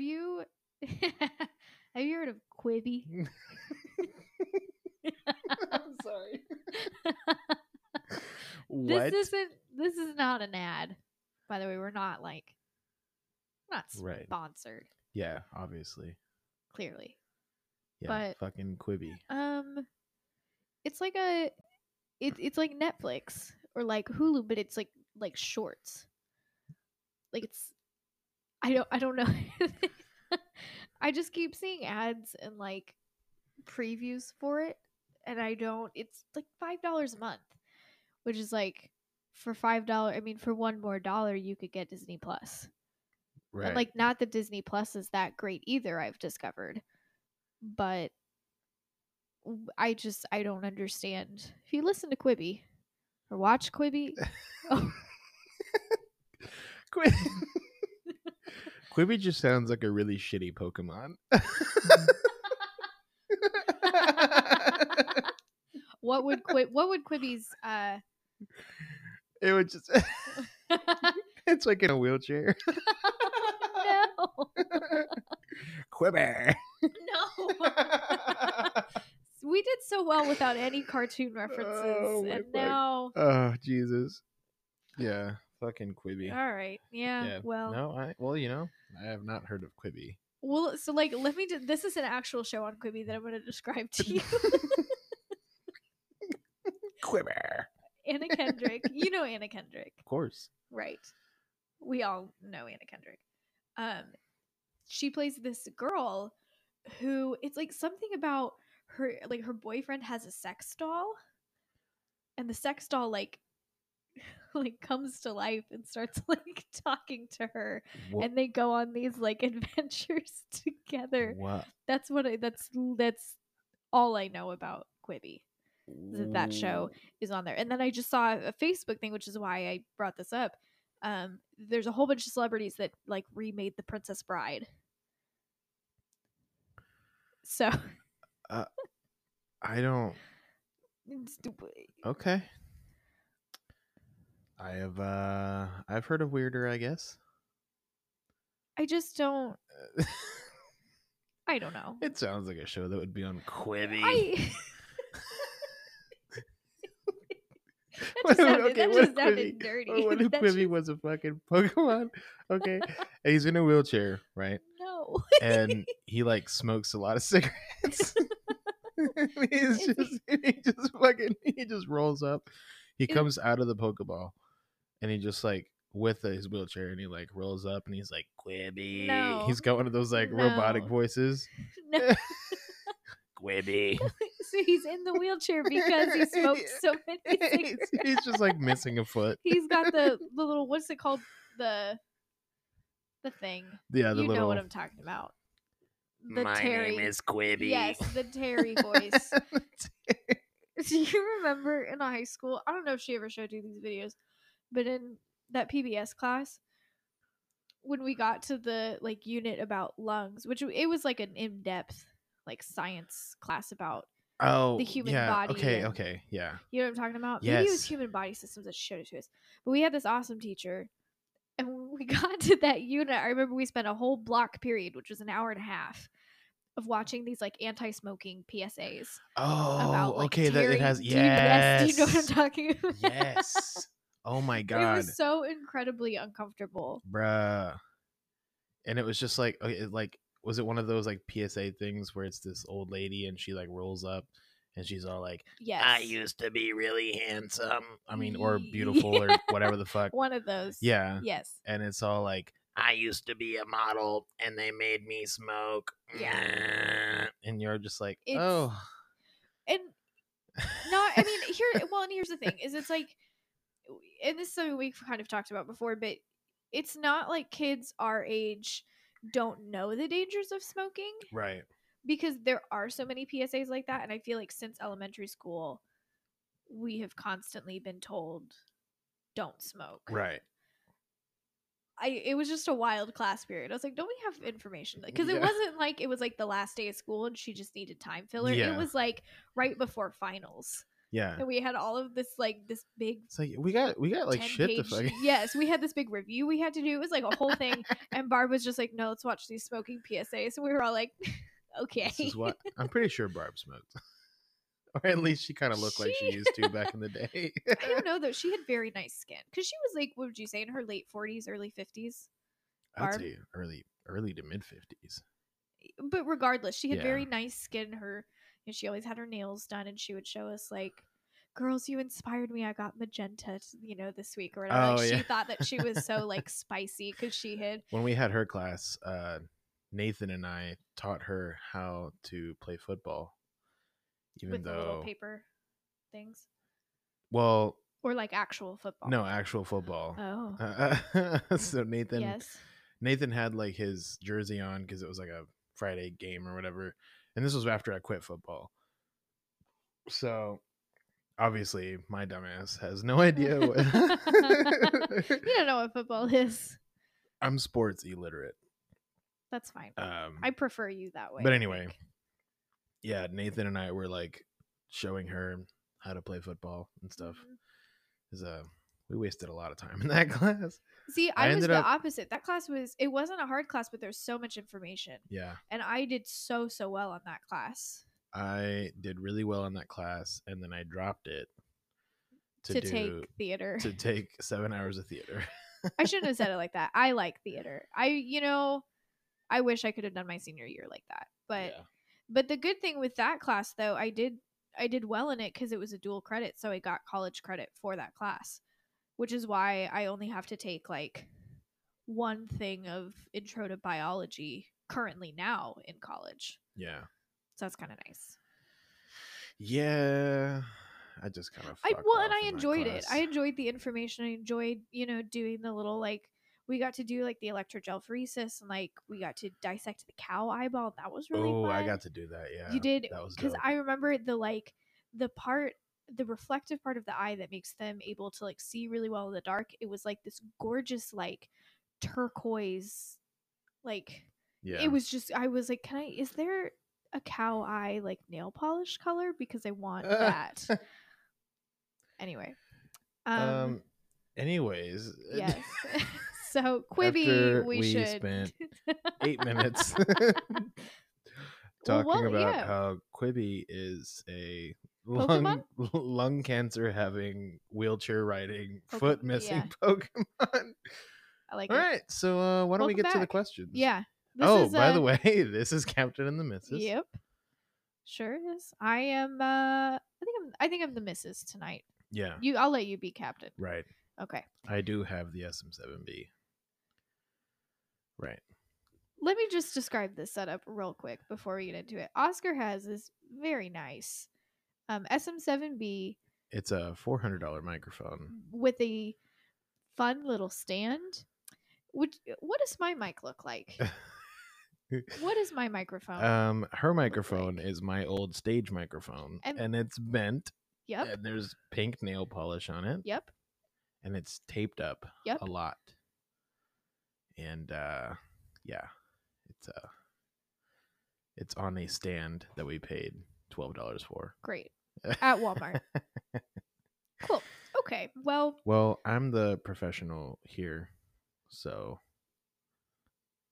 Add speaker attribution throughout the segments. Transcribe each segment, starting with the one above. Speaker 1: you have you heard of Quibi?
Speaker 2: I'm sorry.
Speaker 1: This
Speaker 3: what?
Speaker 1: isn't this is not an ad. By the way, we're not like not
Speaker 3: Right.
Speaker 1: sponsored,
Speaker 3: Yeah, obviously.
Speaker 1: clearly.
Speaker 3: Yeah,
Speaker 1: But-
Speaker 3: fucking Quibi.
Speaker 1: Um it's like a it, it's like Netflix or like Hulu, but it's like like shorts. Like it's I don't I don't know. I just keep seeing ads and like previews for it and I don't it's like five dollars a month, which is like for five dollar I mean for one more dollar you could get Disney Plus.
Speaker 3: Right.
Speaker 1: And like not that Disney Plus is that great either, I've discovered. But w- I just I don't understand. If you listen to Quibi or watch Quibi,
Speaker 3: Qui- Quibi just sounds like a really shitty Pokemon.
Speaker 1: what would Qui- what would Quibi's uh
Speaker 3: it would just it's like in a wheelchair.
Speaker 1: no
Speaker 3: Quibi.
Speaker 1: no we did so well without any cartoon references
Speaker 3: Oh, my
Speaker 1: and
Speaker 3: fuck.
Speaker 1: now
Speaker 3: oh, Jesus. Yeah, fucking Quibi.
Speaker 1: all right yeah,
Speaker 3: Yeah,
Speaker 1: well
Speaker 3: No, I well, you know, I have not heard of Quibi.
Speaker 1: well so like let me do, this is an actual show on Quibi that I'm going to describe to you
Speaker 3: Quibi. Of
Speaker 1: Anna Kendrick. You know Anna Kendrick,
Speaker 3: course.
Speaker 1: right? We all know Anna Kendrick. Um, she plays this girl who it's like something about her, like her boyfriend has a sex doll, and the sex doll like like comes to life and starts like talking to her,
Speaker 3: Wha-
Speaker 1: and they go on these like adventures together.
Speaker 3: wha-
Speaker 1: That's what I, that's that's all I know about Quibi that that show is on there. And then I just saw a Facebook thing, which is why I brought this up. Um, there's a whole bunch of celebrities that like remade The Princess Bride. So
Speaker 3: I don't.
Speaker 1: it's-
Speaker 3: Okay. I have uh I've heard of Weirder, I guess.
Speaker 1: I just don't. I don't know.
Speaker 3: it sounds like a show that would be on Quibi.
Speaker 1: I. that
Speaker 3: What-
Speaker 1: just sounded,
Speaker 3: okay,
Speaker 1: that
Speaker 3: what
Speaker 1: just
Speaker 3: if
Speaker 1: sounded
Speaker 3: Quibi-
Speaker 1: dirty.
Speaker 3: Oh, what if
Speaker 1: That
Speaker 3: Quibi
Speaker 1: just-
Speaker 3: was a fucking Pokemon? Okay, and he's in a wheelchair, right?
Speaker 1: no.
Speaker 3: And he like smokes a lot of cigarettes.
Speaker 1: Is
Speaker 3: he's
Speaker 1: he-
Speaker 3: just he just fucking he just rolls up. He
Speaker 1: Is-
Speaker 3: comes out of the Pokeball, and he just like with his wheelchair, and he like rolls up, and he's like Quibi.
Speaker 1: No.
Speaker 3: He's got one of those like robotic
Speaker 1: No.
Speaker 3: voices.
Speaker 1: no.
Speaker 3: Quibi.
Speaker 1: So he's in the wheelchair because he smoked so many
Speaker 3: he's,
Speaker 1: cigarettes.
Speaker 3: he's just like missing a foot.
Speaker 1: he's got the the little what's it called the the thing
Speaker 3: Yeah, the
Speaker 1: you
Speaker 3: little.
Speaker 1: know what i'm talking about the
Speaker 3: My
Speaker 1: terry
Speaker 3: name is Quibi.
Speaker 1: yes the terry voice do you remember in high school i don't know if she ever showed you these videos but in that pbs class when we got to the like unit about lungs which it was like an in-depth like science class about
Speaker 3: Oh,
Speaker 1: the human
Speaker 3: yeah,
Speaker 1: body
Speaker 3: Okay,
Speaker 1: and-
Speaker 3: okay, yeah.
Speaker 1: You know what I'm talking about? Maybe it was
Speaker 3: Yes.
Speaker 1: human body systems that showed it to us. But we had this awesome teacher, and when we got to that unit, I remember we spent a whole block period, which was an hour and a half, of watching these like anti-smoking PSAs
Speaker 3: Oh,
Speaker 1: about like
Speaker 3: okay. That it
Speaker 1: tearing-
Speaker 3: has
Speaker 1: do you- yes,
Speaker 3: yes.
Speaker 1: Do you know what I'm talking about?
Speaker 3: yes. Oh my
Speaker 1: It
Speaker 3: god,
Speaker 1: was so incredibly uncomfortable.
Speaker 3: bruh. And it was just like, okay, it, like, was it one of those like PSA things where it's this old lady and she like rolls up and she's all like,
Speaker 1: Yes,
Speaker 3: "I used to be really handsome." I mean, or beautiful or whatever the fuck.
Speaker 1: one of those.
Speaker 3: Yeah.
Speaker 1: Yes.
Speaker 3: and it's all like I used to be a model and they made me smoke. Yeah. And you're just like,
Speaker 1: It's-
Speaker 3: "Oh."
Speaker 1: And No, I mean here. Well, and here's the thing: is it's like, and this is something we've kind of talked about before, but it's not like kids our age don't know the dangers of smoking
Speaker 3: right.
Speaker 1: because there are so many PSAs like that, and I feel like since elementary school, we have constantly been told, "Don't smoke."
Speaker 3: Right.
Speaker 1: I it was just a wild class period. I was like, "Don't we have information?" Because
Speaker 3: Mm, Yeah.
Speaker 1: it wasn't like it was like the last day of school and she just needed time filler.
Speaker 3: Yeah.
Speaker 1: It was like right before finals.
Speaker 3: yeah.
Speaker 1: and we had all of this like this big
Speaker 3: It's like we got we got like
Speaker 1: 10
Speaker 3: shit to
Speaker 1: page-
Speaker 3: fucking
Speaker 1: yes we had this big review we had to do it was like a whole thing and barb was just like no let's watch these smoking psas and we were all like okay
Speaker 3: This is what I'm pretty sure Barb smoked. or at least she kind of looked like she
Speaker 1: She-
Speaker 3: used to back in the day.
Speaker 1: i don't know though she had very nice skin because she was like what would you say in her late 40s early 50s
Speaker 3: I'd
Speaker 1: Barb.
Speaker 3: say early early to mid 50s.
Speaker 1: but regardless, she had
Speaker 3: Yeah.
Speaker 1: very nice skin. Her, and she always had her nails done, and she would show us like, "Girls, you inspired me. I got magenta, t- you know, this week or whatever."
Speaker 3: Oh,
Speaker 1: like,
Speaker 3: yeah.
Speaker 1: She thought that she was so like spicy because she had
Speaker 3: When we had her class, uh, Nathan and I taught her how to play football. Even
Speaker 1: with the
Speaker 3: though
Speaker 1: little paper things
Speaker 3: well,
Speaker 1: or like actual football.
Speaker 3: no, actual football.
Speaker 1: Oh.
Speaker 3: Uh, so Nathan
Speaker 1: yes.
Speaker 3: Nathan had like his jersey on because it was like a Friday game or whatever. And this was after I quit football. So obviously my dumbass has no idea what
Speaker 1: you don't know what football is.
Speaker 3: I'm sports illiterate.
Speaker 1: That's fine.
Speaker 3: Um
Speaker 1: I prefer you that way.
Speaker 3: but
Speaker 1: I
Speaker 3: anyway.
Speaker 1: think.
Speaker 3: yeah, Nathan and I were like showing her how to play football and stuff.
Speaker 1: Mhm.
Speaker 3: Is uh we wasted a lot of time in that class.
Speaker 1: See,
Speaker 3: I
Speaker 1: I, was
Speaker 3: ended
Speaker 1: the
Speaker 3: up-
Speaker 1: opposite. That class was it wasn't a hard class, but there's so much information.
Speaker 3: Yeah.
Speaker 1: And I did so so well on that class.
Speaker 3: I did really well in that class and then I dropped it to,
Speaker 1: to,
Speaker 3: do
Speaker 1: take theater.
Speaker 3: to take seven hours of theater.
Speaker 1: I shouldn't have said it like that. I like theater. I you know, I wish I could have done my senior year like that. But
Speaker 3: Yeah.
Speaker 1: but the good thing with that class though, I did I did well in it cuz it was a dual credit, so I got college credit for that class, which is why I only have to take like one thing of intro to biology currently now in college.
Speaker 3: yeah,
Speaker 1: So that's kind of nice.
Speaker 3: yeah. I just kind of.
Speaker 1: I well, and I enjoyed it. I enjoyed the information. I enjoyed, you know, doing the little like we got to do like the electrogelphoresis and like we got to dissect the cow eyeball. That was really
Speaker 3: oh,
Speaker 1: fun.
Speaker 3: I got to do that. Yeah,
Speaker 1: you did
Speaker 3: That was
Speaker 1: because
Speaker 3: dope.
Speaker 1: I remember the like the part the reflective part of the eye that makes them able to like see really well in the dark. It was like this gorgeous like turquoise like
Speaker 3: yeah.
Speaker 1: it was just I was like, can I is there a cow eye like nail polish color because I want that. Anyway.
Speaker 3: Um.
Speaker 1: Um,
Speaker 3: anyways,
Speaker 1: yes. so Quibi
Speaker 3: After
Speaker 1: we,
Speaker 3: we
Speaker 1: should
Speaker 3: spent eight minutes
Speaker 1: Well,
Speaker 3: talking
Speaker 1: what-
Speaker 3: about
Speaker 1: yeah.
Speaker 3: how Quibi is a lung
Speaker 1: Pokemon?
Speaker 3: lung cancer having wheelchair riding
Speaker 1: Pokemon,
Speaker 3: foot missing
Speaker 1: yeah.
Speaker 3: Pokemon.
Speaker 1: I like
Speaker 3: All
Speaker 1: it.
Speaker 3: right, so uh, why don't we
Speaker 1: Welcome
Speaker 3: get to the
Speaker 1: back.
Speaker 3: questions?
Speaker 1: Yeah.
Speaker 3: oh, by
Speaker 1: uh,
Speaker 3: the way, this is Captain and the Missus.
Speaker 1: Yep. Sure is. I am uh I think I'm I think I'm the missus tonight.
Speaker 3: Yeah.
Speaker 1: You I'll let you be captain.
Speaker 3: Right.
Speaker 1: Okay.
Speaker 3: I do have the SM7B. Right.
Speaker 1: Let me just describe this setup real quick before we get into it. Oscar has this very nice um SM7B
Speaker 3: It's a $400 microphone.
Speaker 1: with a fun little stand. Would what does my mic look like? What is my microphone?
Speaker 3: Um, her
Speaker 1: like?
Speaker 3: microphone is my old stage microphone,
Speaker 1: And-
Speaker 3: and it's bent,
Speaker 1: yep.
Speaker 3: and there's pink nail polish on it,
Speaker 1: Yep.
Speaker 3: and it's taped up
Speaker 1: Yep.
Speaker 3: a lot. And uh, yeah, it's uh, it's on a stand that we paid twelve dollars for.
Speaker 1: Great. At Walmart. cool. Okay. Well,
Speaker 3: Well, I'm the professional here, so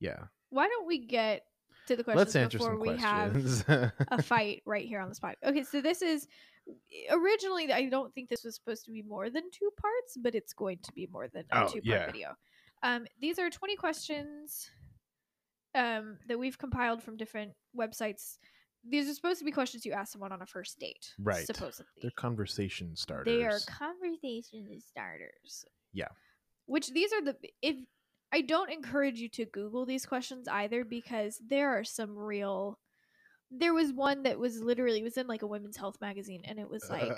Speaker 3: yeah.
Speaker 1: why don't we get to the questions
Speaker 3: Let's answer
Speaker 1: before
Speaker 3: some
Speaker 1: we have
Speaker 3: questions.
Speaker 1: a fight right here on the spot? Okay, so this is originally I don't think this was supposed to be more than two parts, but it's going to be more than a
Speaker 3: Oh,
Speaker 1: 2 part
Speaker 3: yeah.
Speaker 1: video. Um, these are 20 questions um, that we've compiled from different websites. These are supposed to be questions you ask someone on a first date,
Speaker 3: Right.
Speaker 1: Supposedly,
Speaker 3: They're conversation starters.
Speaker 1: They are conversation starters.
Speaker 3: Yeah.
Speaker 1: Which these are the if I don't encourage you to Google these questions either because there are some real there was one that was literally it was in like a women's health magazine and it was like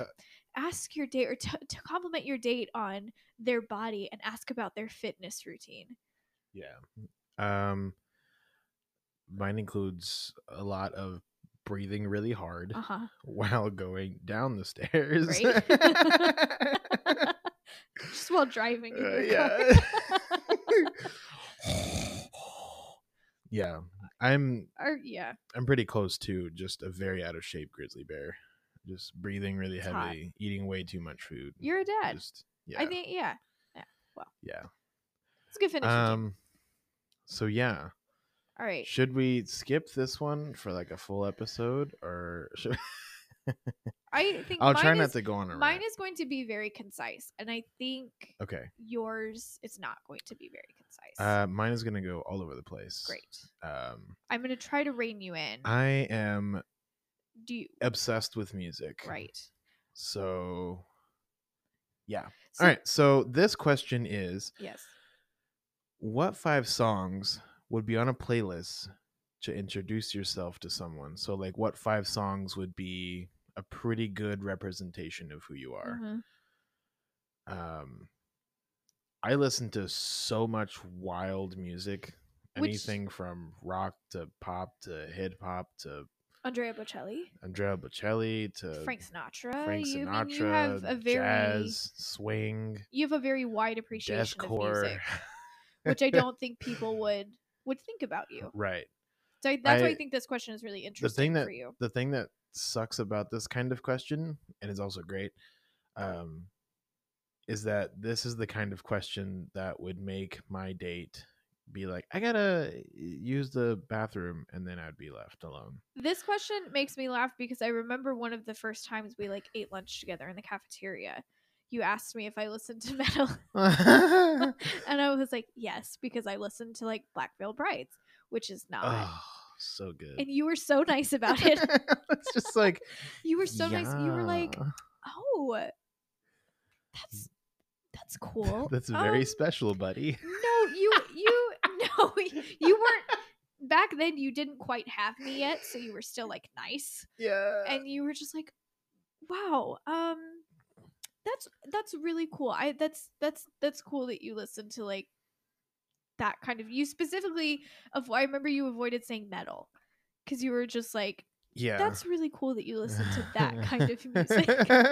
Speaker 1: ask your date or t- to compliment your date on their body and ask about their fitness routine.
Speaker 3: yeah. Um, mine includes a lot of breathing really hard
Speaker 1: Uh-huh.
Speaker 3: while going down the stairs.
Speaker 1: Great. Just while driving in
Speaker 3: Uh,
Speaker 1: your
Speaker 3: yeah.
Speaker 1: car.
Speaker 3: yeah. I'm
Speaker 1: or yeah.
Speaker 3: I'm pretty close to just a very out of shape grizzly bear. just breathing really
Speaker 1: It's hot.
Speaker 3: heavy, eating way too much food.
Speaker 1: You're a dad.
Speaker 3: Just, yeah,
Speaker 1: I think yeah.
Speaker 3: yeah.
Speaker 1: It's a good finish.
Speaker 3: Um, so yeah,
Speaker 1: All right.
Speaker 3: should we skip this one for like a full episode, or should
Speaker 1: I think
Speaker 3: I'll
Speaker 1: mine
Speaker 3: try
Speaker 1: is,
Speaker 3: not to go on a
Speaker 1: mine
Speaker 3: rant.
Speaker 1: is going to be very concise, and I think
Speaker 3: okay.
Speaker 1: yours is not going to be very concise.
Speaker 3: Uh, mine is gonna go all over the place.
Speaker 1: Great.
Speaker 3: Um,
Speaker 1: I'm going to try to rein you in.
Speaker 3: I am
Speaker 1: Do you
Speaker 3: obsessed with music.
Speaker 1: right?
Speaker 3: So, yeah.
Speaker 1: So-
Speaker 3: all right. So this question is:
Speaker 1: Yes.
Speaker 3: What five songs would be on a playlist to introduce yourself to someone? So, like, what five songs would be a pretty good representation of who you are?
Speaker 1: Mhm.
Speaker 3: um i listen to so much wild music
Speaker 1: Which-
Speaker 3: anything from rock to pop to hip hop to
Speaker 1: Andrea Bocelli,
Speaker 3: andrea bocelli to
Speaker 1: Frank Sinatra.
Speaker 3: Frank
Speaker 1: you,
Speaker 3: sinatra
Speaker 1: I mean, you have a very
Speaker 3: jazz swing
Speaker 1: you have a very wide appreciation of
Speaker 3: deathcore
Speaker 1: music, which I don't think people would would think about you.
Speaker 3: right
Speaker 1: So I, that's why
Speaker 3: I-
Speaker 1: I think this question is really interesting
Speaker 3: thing that-
Speaker 1: for you.
Speaker 3: the thing that sucks about this kind of question and is also great um is that this is the kind of question that would make my date be like i gotta use the bathroom and then i'd be left alone
Speaker 1: This question makes me laugh because I remember one of the first times we like ate lunch together in the cafeteria. You asked me if I listened to metal,
Speaker 3: oh,
Speaker 1: and I was like, "Yes," because I listened to like Black Veil Brides, which is not.
Speaker 3: so good.
Speaker 1: And you were so nice about it.
Speaker 3: it's just like
Speaker 1: You were so nice. You were like,
Speaker 3: "Yeah,
Speaker 1: "Oh, that's that's cool.
Speaker 3: that's very
Speaker 1: Um,
Speaker 3: special, buddy.
Speaker 1: No, you you no, you weren't. Back then, you didn't quite have me yet, so you were still like nice.
Speaker 3: Yeah.
Speaker 1: and you were just like wow um that's that's really cool i that's that's that's cool that you listen to like that kind of you specifically of i remember you avoided saying metal because you were just like
Speaker 3: yeah.
Speaker 1: that's really cool that you listen to that kind of music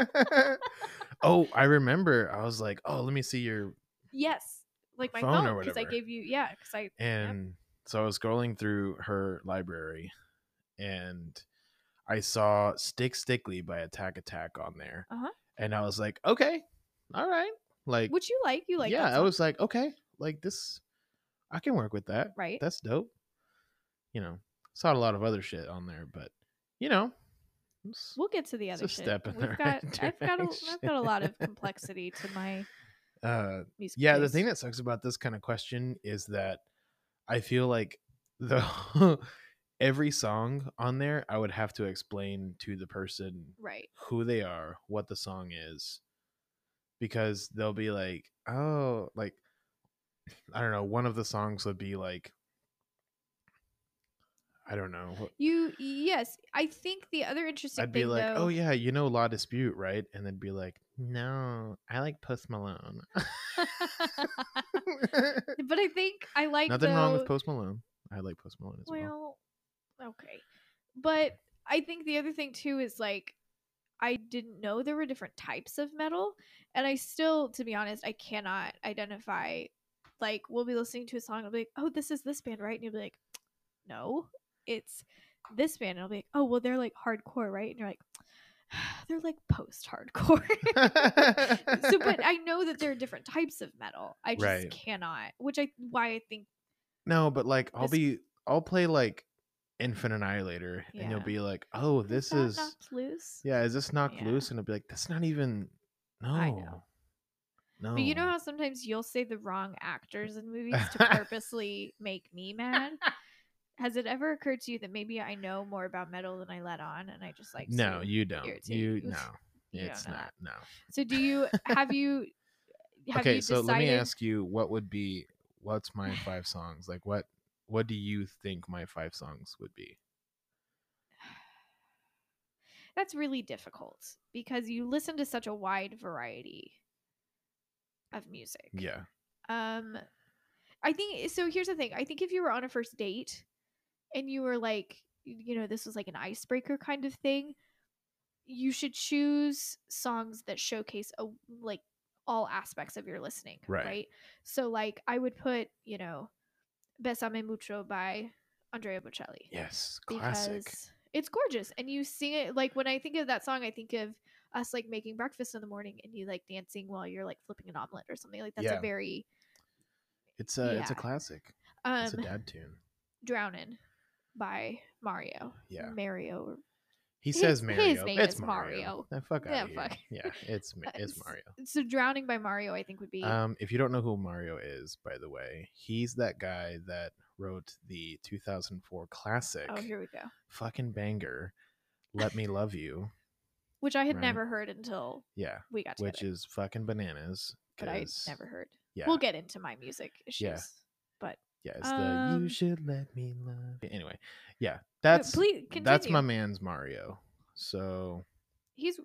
Speaker 3: oh, I remember. I was like, oh, let me see your
Speaker 1: yes like my
Speaker 3: Phone or
Speaker 1: phone because i
Speaker 3: whatever.
Speaker 1: gave you yeah because i
Speaker 3: and so I was scrolling through her library, and I saw "Stick Stickly" by Attack Attack on there,
Speaker 1: Uh-huh.
Speaker 3: and I was like, okay, all right, like
Speaker 1: which you like you like
Speaker 3: yeah,
Speaker 1: that
Speaker 3: I
Speaker 1: song,
Speaker 3: was like, okay, like this, I can work with that.
Speaker 1: right
Speaker 3: That's dope. You know, saw a lot of other shit on there, but you know, it's-
Speaker 1: we'll get to the other
Speaker 3: a
Speaker 1: shit.
Speaker 3: step in the
Speaker 1: we've got
Speaker 3: right
Speaker 1: i've got a,
Speaker 3: direction.
Speaker 1: i've got a lot of complexity to my
Speaker 3: uh,
Speaker 1: music
Speaker 3: yeah. The
Speaker 1: taste.
Speaker 3: thing that sucks about this kind of question is that I feel like the every song on there, I would have to explain to the person
Speaker 1: right
Speaker 3: who they are, what the song is, because they'll be like, oh, like, I don't know. One of the songs would be like, I don't know. what-
Speaker 1: You yes, I think the other interesting
Speaker 3: I'd
Speaker 1: thing
Speaker 3: be like,
Speaker 1: though,
Speaker 3: oh yeah, you know Law Dispute, right? And then be like, no, I like Post Malone.
Speaker 1: er, but I think I like
Speaker 3: Nothing wrong with
Speaker 1: though-
Speaker 3: Post Malone. I like Post Malone as well.
Speaker 1: well, okay, but I think the other thing too is like I didn't know there were different types of metal, and I still, to be honest, I cannot identify. Like we'll be listening to a song, I'll be like, oh, this is this band, right? And you'll be like, no, it's this band. And I'll be like, oh, well, they're like hardcore, right? And you're like, they're like post-hardcore. so but i know that there are different types of metal i just
Speaker 3: Right.
Speaker 1: cannot which i why i think
Speaker 3: no, but like I'll
Speaker 1: This-
Speaker 3: be, I'll play like Infant Annihilator, and you'll
Speaker 1: Yeah.
Speaker 3: be like, oh, this
Speaker 1: that
Speaker 3: is,
Speaker 1: knocked loose
Speaker 3: yeah, is this knocked
Speaker 1: Yeah.
Speaker 3: loose? And I'll be like, that's not even, no,
Speaker 1: know.
Speaker 3: no.
Speaker 1: but you know how sometimes you'll say the wrong actors in movies to purposely make me mad has it ever occurred to you that maybe i know more about metal than i let on and i just like
Speaker 3: no,
Speaker 1: so-
Speaker 3: you don't.
Speaker 1: irritate
Speaker 3: You
Speaker 1: you.
Speaker 3: no,
Speaker 1: You don't
Speaker 3: it's
Speaker 1: know
Speaker 3: not. No.
Speaker 1: so do you have you have
Speaker 3: okay,
Speaker 1: you
Speaker 3: so
Speaker 1: decided
Speaker 3: let me ask you, what would be, what's my five songs? Like, what, what do you think my five songs would be?
Speaker 1: that's really difficult because you listen to such a wide variety of music
Speaker 3: Yeah.
Speaker 1: Um, I think so. Here's the thing. I think if you were on a first date, and you were like, you know, this was like an icebreaker kind of thing, you should choose songs that showcase a like all aspects of your listening,
Speaker 3: Right.
Speaker 1: So like, I would put, you know, "Besame Mucho" by Andrea Bocelli
Speaker 3: Yes. Classic.
Speaker 1: because It's gorgeous, and you sing it like when I think of that song, I think of us like making breakfast in the morning and you like dancing while you're like flipping an omelet or something like that's
Speaker 3: Yeah.
Speaker 1: a very
Speaker 3: It's a it's a
Speaker 1: Yeah.
Speaker 3: classic.
Speaker 1: um
Speaker 3: It's a dad tune.
Speaker 1: drowning by Mario.
Speaker 3: Yeah,
Speaker 1: Mario.
Speaker 3: he
Speaker 1: his-
Speaker 3: says
Speaker 1: his
Speaker 3: Mario.
Speaker 1: name
Speaker 3: it's
Speaker 1: is
Speaker 3: Mario.
Speaker 1: Mario.
Speaker 3: Nah, fuck
Speaker 1: Yeah,
Speaker 3: outta here.
Speaker 1: fuck.
Speaker 3: Yeah, it's Ma- it's
Speaker 1: Uh,
Speaker 3: Mario.
Speaker 1: So drowning by Mario, I think would be
Speaker 3: Um, if you don't know who Mario is, by the way, he's that guy that wrote the 2004 classic
Speaker 1: oh here we go,
Speaker 3: fucking banger, "Let Me Love You."
Speaker 1: which I had
Speaker 3: right.
Speaker 1: never heard until
Speaker 3: Yeah,
Speaker 1: we got together,
Speaker 3: which is fucking bananas.
Speaker 1: but I
Speaker 3: 'cause-
Speaker 1: never heard.
Speaker 3: Yeah,
Speaker 1: We'll get into my music issues. But
Speaker 3: yeah. It's the
Speaker 1: Um,
Speaker 3: "You Should Let Me Love." You. Anyway, yeah, that's
Speaker 1: please
Speaker 3: that's my
Speaker 1: continue.
Speaker 3: man's Mario. So
Speaker 1: he's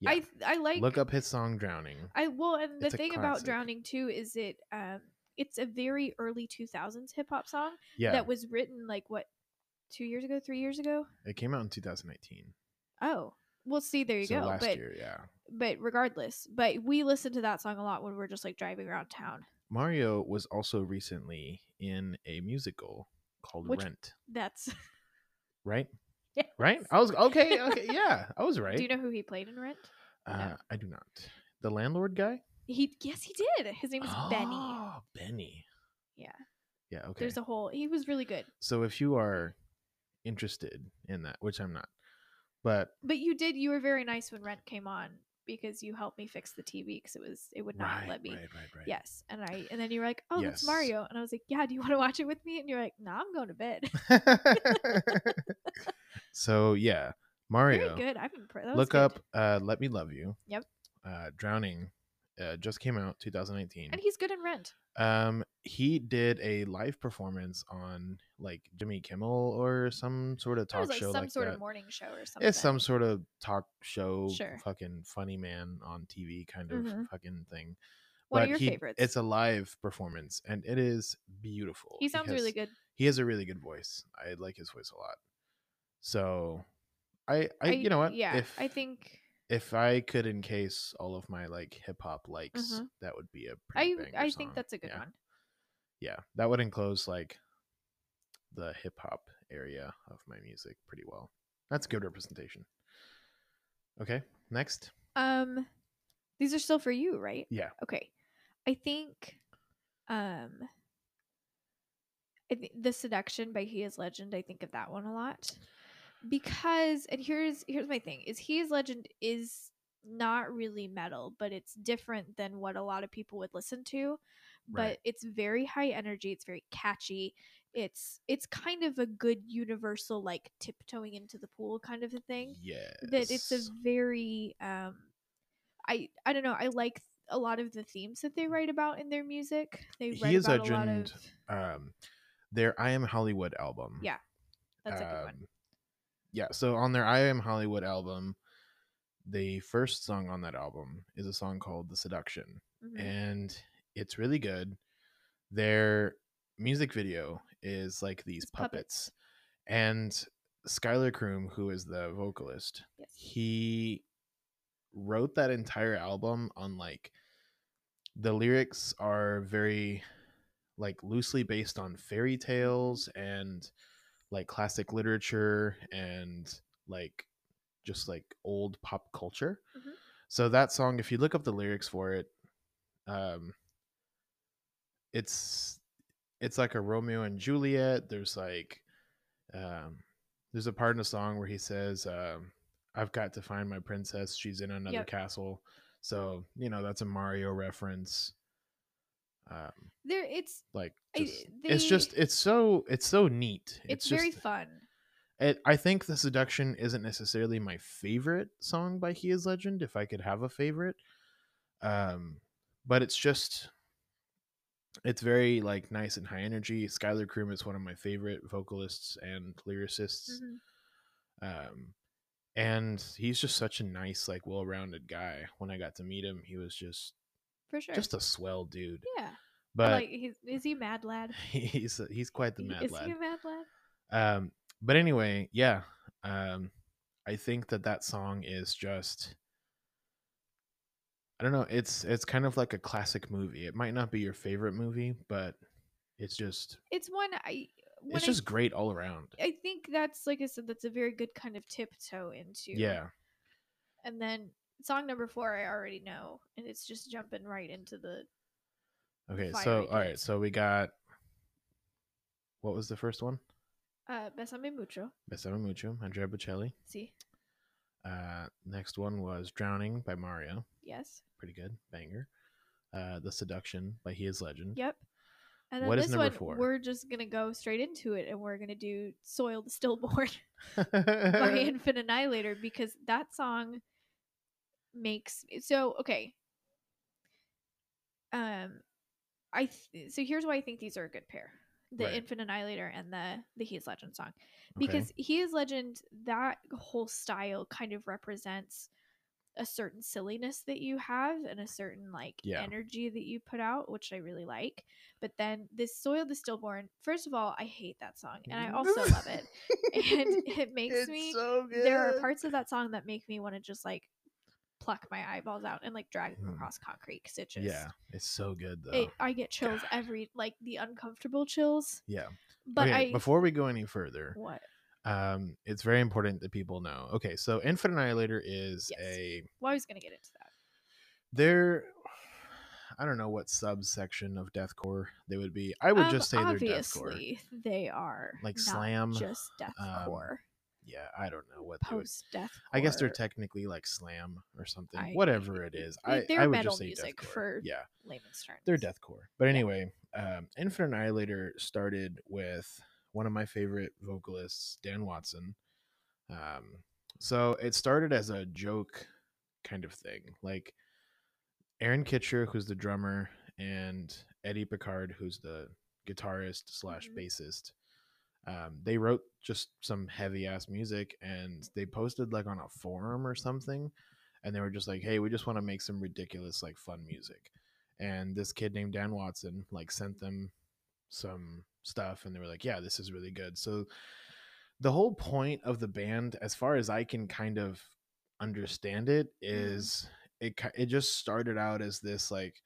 Speaker 3: Yeah.
Speaker 1: I I like
Speaker 3: look up his song "Drowning."
Speaker 1: I well, and the
Speaker 3: It's a
Speaker 1: thing about
Speaker 3: classic.
Speaker 1: drowning too is it um it's a very early two thousands hip hop song
Speaker 3: Yeah,
Speaker 1: that was written like what two years ago, three years ago.
Speaker 3: it came out in 2019.
Speaker 1: Oh, well, see, there you
Speaker 3: so
Speaker 1: go.
Speaker 3: last
Speaker 1: but
Speaker 3: year, yeah.
Speaker 1: but regardless, but we listen to that song a lot when we're just like driving around town.
Speaker 3: Mario was also recently in a musical called
Speaker 1: Which-
Speaker 3: Rent,
Speaker 1: That's
Speaker 3: right?
Speaker 1: yes.
Speaker 3: Right? I was okay, okay, yeah, I was right.
Speaker 1: Do you know who he played in Rent?
Speaker 3: uh, I do not. The landlord guy?
Speaker 1: He yes, he did. His name is Benny.
Speaker 3: Oh, Benny.
Speaker 1: Yeah.
Speaker 3: Yeah, okay.
Speaker 1: There's a whole. He was really good.
Speaker 3: so if you are interested in that, which I'm not, but
Speaker 1: But you did. You were very nice when Rent came on because you helped me fix the TV because it was it would not
Speaker 3: right,
Speaker 1: let me.
Speaker 3: right, right, right.
Speaker 1: Yes, and I and then you were like, "Oh, that's
Speaker 3: Yes.
Speaker 1: Mario," and I was like, "Yeah, do you want to watch it with me?" And you're like, "No, nah, I'm going to bed."
Speaker 3: so yeah,
Speaker 1: Very
Speaker 3: Mario.
Speaker 1: good. I'm impressed.
Speaker 3: Look up uh Let Me Love You.
Speaker 1: Yep.
Speaker 3: Uh Drowning uh, just came out 2019.
Speaker 1: and he's good in Rent.
Speaker 3: um he did a live performance on like Jimmy Kimmel or some sort of
Speaker 1: It was
Speaker 3: talk
Speaker 1: like
Speaker 3: show
Speaker 1: some
Speaker 3: like
Speaker 1: sort
Speaker 3: that.
Speaker 1: of morning show or something.
Speaker 3: It's some sort of talk show
Speaker 1: Sure.
Speaker 3: fucking funny man on TV kind of
Speaker 1: Mhm.
Speaker 3: fucking thing.
Speaker 1: One
Speaker 3: But
Speaker 1: of your
Speaker 3: he-
Speaker 1: favorites.
Speaker 3: It's a live performance and it is beautiful.
Speaker 1: he sounds
Speaker 3: because
Speaker 1: really good.
Speaker 3: He has a really good voice. I like his voice a lot. So I,
Speaker 1: I-
Speaker 3: I, you know what?
Speaker 1: Yeah,
Speaker 3: if,
Speaker 1: I think
Speaker 3: if I could encase all of my like hip hop likes,
Speaker 1: Mhm.
Speaker 3: that would be a
Speaker 1: I
Speaker 3: pretty banger
Speaker 1: I
Speaker 3: song.
Speaker 1: think that's a good
Speaker 3: yeah.
Speaker 1: one.
Speaker 3: Yeah, that would enclose like the hip hop area of my music pretty well. That's good representation. Okay, next.
Speaker 1: Um, these are still for you, right?
Speaker 3: Yeah.
Speaker 1: Okay, I think, um, I th- the seduction by He Is Legend. I think of that one a lot because, and here's here's my thing: is He Is Legend is not really metal, but it's different than what a lot of people would listen to. But
Speaker 3: Right.
Speaker 1: it's very high energy. It's very catchy. It's it's kind of a good universal like tiptoeing into the pool kind of a thing
Speaker 3: Yes.
Speaker 1: that it's a very um i i don't know i like a lot of the themes that they write about in their music they
Speaker 3: He
Speaker 1: write
Speaker 3: is
Speaker 1: about a lot of
Speaker 3: Legend, um their I Am Hollywood album.
Speaker 1: Yeah, that's a good one
Speaker 3: um, Yeah, so on their I Am Hollywood album, the first song on that album is a song called The Seduction.
Speaker 1: Mhm.
Speaker 3: and it's really good. Their music video is like these
Speaker 1: It's
Speaker 3: puppets.
Speaker 1: puppets.
Speaker 3: and Skylar Croom, who is the vocalist,
Speaker 1: yes.
Speaker 3: he wrote that entire album on like the lyrics are very like loosely based on fairy tales and like classic literature and like just like old pop culture.
Speaker 1: Mhm.
Speaker 3: So that song, if you look up the lyrics for it, um, it's it's like a Romeo and Juliet. There's like um, there's a part in the song where he says, um, "I've got to find my princess. She's in another
Speaker 1: Yep.
Speaker 3: castle." So you know that's a Mario reference. Um,
Speaker 1: there it's
Speaker 3: like
Speaker 1: I-
Speaker 3: just, it's
Speaker 1: they-
Speaker 3: just it's so it's so neat.
Speaker 1: it's,
Speaker 3: It's,
Speaker 1: very
Speaker 3: just,
Speaker 1: fun
Speaker 3: it, I think the seduction isn't necessarily my favorite song by He Is Legend. If I could have a favorite, um, but it's just it's very like nice and high energy. Skylar Croom is one of my favorite vocalists and lyricists,
Speaker 1: Mhm.
Speaker 3: um, and he's just such a nice, like, well-rounded guy. When I got to meet him, he was just
Speaker 1: for sure
Speaker 3: just a swell dude.
Speaker 1: yeah
Speaker 3: But
Speaker 1: like he's, is he mad lad
Speaker 3: he's he's quite the mad
Speaker 1: is
Speaker 3: lad.
Speaker 1: he a mad lad
Speaker 3: Um, but anyway, yeah. Um, I think that that song is just. I don't know. It's it's kind of like a classic movie. It might not be your favorite movie, but it's just
Speaker 1: it's one i when
Speaker 3: it's
Speaker 1: I
Speaker 3: just great all around.
Speaker 1: I think that's like I said, that's a very good kind of tiptoe into.
Speaker 3: Yeah.
Speaker 1: And then song number four, I already know, and it's just jumping right into the.
Speaker 3: Okay.
Speaker 1: Fire
Speaker 3: So
Speaker 1: Red
Speaker 3: all right.
Speaker 1: Kids.
Speaker 3: So we got. What was the first one?
Speaker 1: Uh, Besame mucho.
Speaker 3: Besame Mucho, Andrea Bocelli.
Speaker 1: See,
Speaker 3: Uh, next one was Drowning by Mario.
Speaker 1: yes,
Speaker 3: Pretty good. Banger. Uh, the Seduction by He Is Legend.
Speaker 1: yep. And then
Speaker 3: What is
Speaker 1: this
Speaker 3: number
Speaker 1: one,
Speaker 3: four?
Speaker 1: we're just gonna go straight into it, and we're gonna do "Soiled Stillborn" by Infant Annihilator because that song makes so okay. Um, I th- so here's why I think these are a good pair: the
Speaker 3: Right.
Speaker 1: Infant Annihilator and the the He Is Legend song. because he is legend that whole style kind of represents a certain silliness that you have and a certain like
Speaker 3: Yeah.
Speaker 1: energy that you put out which i really like but then this soil the stillborn first of all i hate that song and i also love it and it makes
Speaker 3: It's
Speaker 1: me
Speaker 3: so good.
Speaker 1: there are parts of that song that make me want to just like pluck my eyeballs out and like drag them
Speaker 3: Mm.
Speaker 1: across concrete because it just
Speaker 3: Yeah, it's so good though.
Speaker 1: it, i get chills every like the uncomfortable chills
Speaker 3: yeah.
Speaker 1: but
Speaker 3: okay,
Speaker 1: i
Speaker 3: before we go any further,
Speaker 1: what
Speaker 3: um, it's very important that people know. Okay, so Infant Annihilator is
Speaker 1: Yes.
Speaker 3: a
Speaker 1: well i was gonna get into that
Speaker 3: they're I don't know what subsection of deathcore they would be. I would
Speaker 1: Um,
Speaker 3: just say they're deathcore.
Speaker 1: obviously they are
Speaker 3: Like
Speaker 1: not
Speaker 3: slam, um,
Speaker 1: just deathcore,
Speaker 3: Yeah, I don't know what they would.
Speaker 1: post death.
Speaker 3: I guess they're technically like slam or something.
Speaker 1: I-
Speaker 3: Whatever it is,
Speaker 1: Like,
Speaker 3: I,
Speaker 1: they're
Speaker 3: I would
Speaker 1: metal
Speaker 3: just say
Speaker 1: music
Speaker 3: deathcore.
Speaker 1: for-
Speaker 3: yeah.
Speaker 1: layman's terms.
Speaker 3: they're deathcore. But anyway, um, Infinite Annihilator started with one of my favorite vocalists, Dan Watson. Um, so it started as a joke kind of thing, like Aaron Kitcher, who's the drummer, and Eddie Picard, who's the guitarist slash
Speaker 1: Mhm.
Speaker 3: bassist. Um, they wrote just some heavy ass music and they posted like on a forum or something and they were just like hey we just want to make some ridiculous like fun music and this kid named dan watson like sent them some stuff and they were like yeah this is really good so the whole point of the band as far as i can kind of understand it is it ki- it just started out as this like